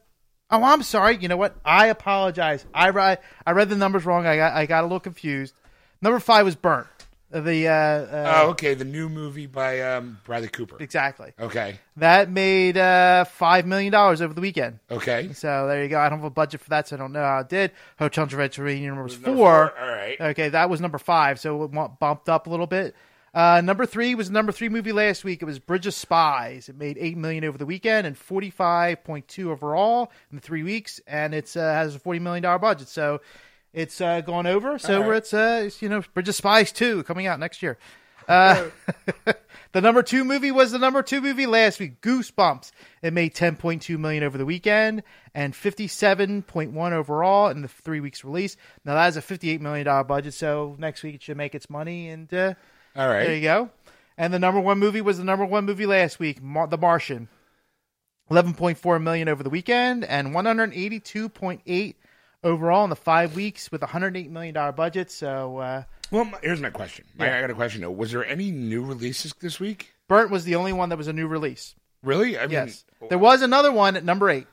S2: oh, I'm sorry. You know what? I apologize. I read I read the numbers wrong. I got I got a little confused. Number five was Burnt. The uh, uh
S3: oh, okay, the new movie by um, Bradley Cooper.
S2: exactly
S3: Okay,
S2: that made uh five million dollars over the weekend.
S3: okay.
S2: So there you go. I don't have a budget for that, so I don't know how it did. Hotel Transylvania was four. Uh,
S3: Number four, all right.
S2: Okay, that was number five, so it wa- bumped up a little bit. Uh, number three was the number three movie last week. It was Bridge of Spies. It made eight million over the weekend and forty five point two overall in the three weeks, and it's uh, has a forty million dollar budget. So it's uh, gone over. So we're it's uh, it's, you know Bridge of Spies two coming out next year. Uh, [laughs] the number two movie was the number two movie last week, Goosebumps. It made 10.2 million over the weekend and 57.1 overall in the three weeks release. Now that is a 58 million dollar budget, so next week it should make its money. And uh,
S3: All right.
S2: there you go. And the number one movie was the number one movie last week, Mar- The Martian. 11.4 million over the weekend and 182.8 overall in the five weeks with 108 million dollar budget. So. Uh,
S3: Well, my, here's my question. My- I got a question though. Was there any new releases this week?
S2: Burnt was the only one that was a new release.
S3: Really? I mean, oh.
S2: Yes. There was another one at number eight.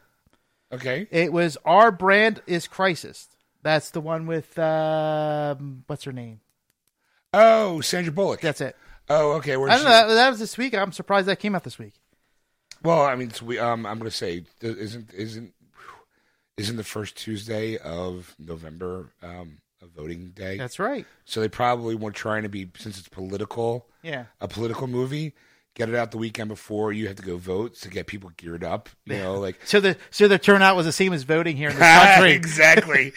S3: Okay.
S2: It was Our Brand is Crisis. That's the one with, um, what's her name?
S3: Oh, Sandra Bullock.
S2: That's it.
S3: Oh, okay. Where's
S2: I don't
S3: she?
S2: know. That, that was this week. I'm surprised that came out this week.
S3: Well, I mean, it's, we, um, I'm going to say th- isn't isn't isn't the first Tuesday of November um, a voting day?
S2: That's right.
S3: so they probably were trying to be since it's political,
S2: Yeah.
S3: a political movie. Get it out the weekend before you have to go vote to get people geared up. You [laughs] know, like
S2: So the so the turnout was the same as voting here
S3: [laughs]
S2: in this country.
S3: exactly.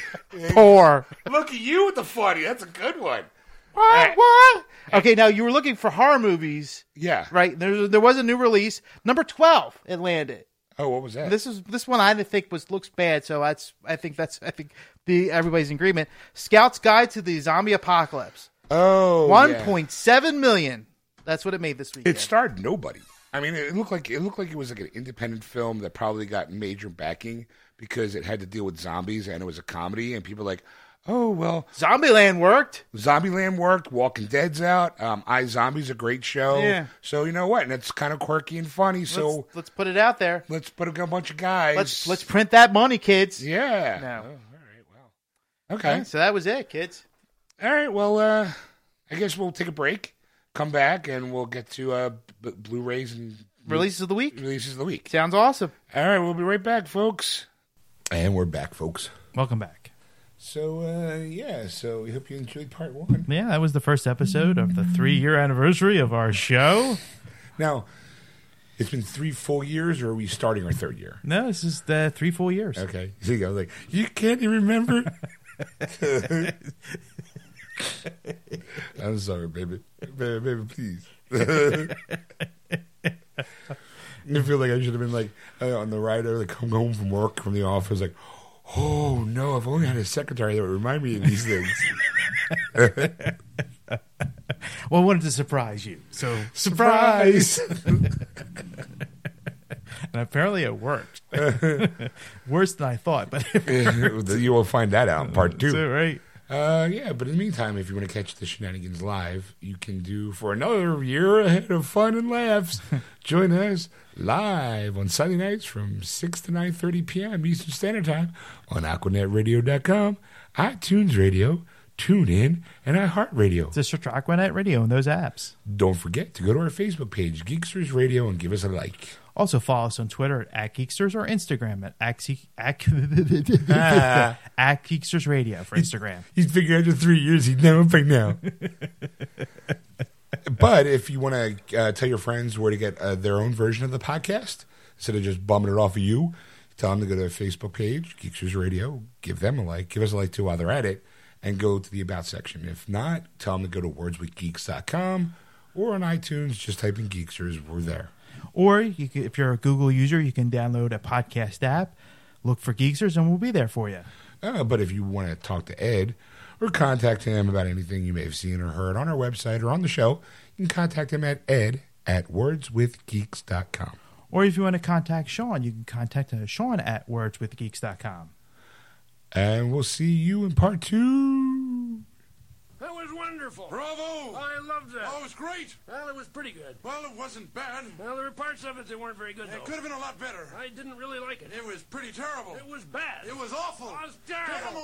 S2: Poor.
S3: [laughs] Look at you with the funny. That's a good one.
S2: What? What? Okay, now you were looking for horror movies,
S3: Yeah.
S2: right? There, there was a new release. Number 12, it landed.
S3: Oh, what was that?
S2: This is this one I didn't think was looks bad, so that's I think that's I think the everybody's in agreement. Scout's Guide to the Zombie Apocalypse.
S3: oh,
S2: One
S3: yeah.
S2: point seven million. That's what it made this week.
S3: It starred nobody. I mean, it looked like it looked like it was like an independent film that probably got major backing because it had to deal with zombies and it was a comedy. And people were like, oh well,
S2: Zombieland worked.
S3: Zombieland worked, Walking Dead's out, um, I Zombie's a great show.
S2: Yeah.
S3: So you know what? And it's kind of quirky and funny.
S2: Let's,
S3: So
S2: let's put it out there.
S3: let's, put a bunch of guys.
S2: Let's let's print that money, kids.
S3: yeah.
S2: No.
S3: Oh, all right. Wow. Okay.
S2: So that was it, kids.
S3: All right. Well, uh, I guess we'll take a break, come back, and we'll get to uh, b- Blu-rays and
S2: Releases of the week.
S3: releases of the week.
S2: Sounds awesome.
S3: All right, we'll be right back, folks.
S4: And we're back, folks.
S5: Welcome back.
S4: So uh, yeah, so we hope you enjoyed part one.
S5: Yeah, that was the first episode of the three year anniversary of our show.
S4: Now, it's been three full years, or are we starting our third year?
S5: No, this is the three, four years.
S4: Okay, so you go like you can't even remember. [laughs] I'm sorry, baby, baby, baby please. [laughs] I feel like I should have been like uh, on the ride over, like come home from work from the office, like, oh no, I've only had a secretary that would remind me of these things.
S5: Well, I wanted to surprise you. So,
S3: [laughs]
S4: Surprise!
S5: and apparently it [laughs]
S2: [laughs]
S5: worked. Worse than I thought, but
S4: you will find that out in part two.
S5: right.
S3: Uh, yeah, but in the meantime, if you want to catch the shenanigans live, you can do for another year ahead of fun and laughs. join us live on Sunday nights from six to nine thirty p.m. Eastern Standard Time on AquanetRadio.com, iTunes Radio, TuneIn, and iHeartRadio.
S2: Just search Aquanet Radio and those apps.
S3: Don't forget to go to our Facebook page, Geeksters Radio, and give us a like.
S2: Also follow us on Twitter at Geeksters or Instagram at Axie-
S5: Ah.
S2: Ac- [laughs] at Geeksters Radio for Instagram.
S3: He's figured after three years he'd know it by now. [laughs] but if you want to uh, tell your friends where to get uh, their own version of the podcast, instead of just bumming it off of you, tell them to go to their Facebook page, Geeksters Radio, give them a like, give us a like too while they're at it, and go to the About section. If not, tell them to go to wordswithgeeks.com or on iTunes, just type in Geeksters, we're there.
S2: Or you can, if you're a Google user, you can download a podcast app, look for Geeksters, and we'll be there for you.
S3: Uh, but if you want to talk to Ed or contact him about anything you may have seen or heard on our website or on the show, you can contact him at ed at wordswithgeeks.com.
S2: Or if you want to contact Sean, you can contact uh, Sean at wordswithgeeks.com.
S3: And we'll see you in part two.
S6: That was wonderful.
S7: Bravo!
S6: I loved that.
S7: Oh, it was great.
S6: Well, it was pretty good.
S7: Well, it wasn't bad.
S6: Well, there were parts of it that weren't very good,
S7: It
S6: though.
S7: could have been a lot better.
S6: I didn't really like it.
S7: It was pretty terrible.
S6: It was bad.
S7: It was awful.
S6: It was terrible.
S7: Get him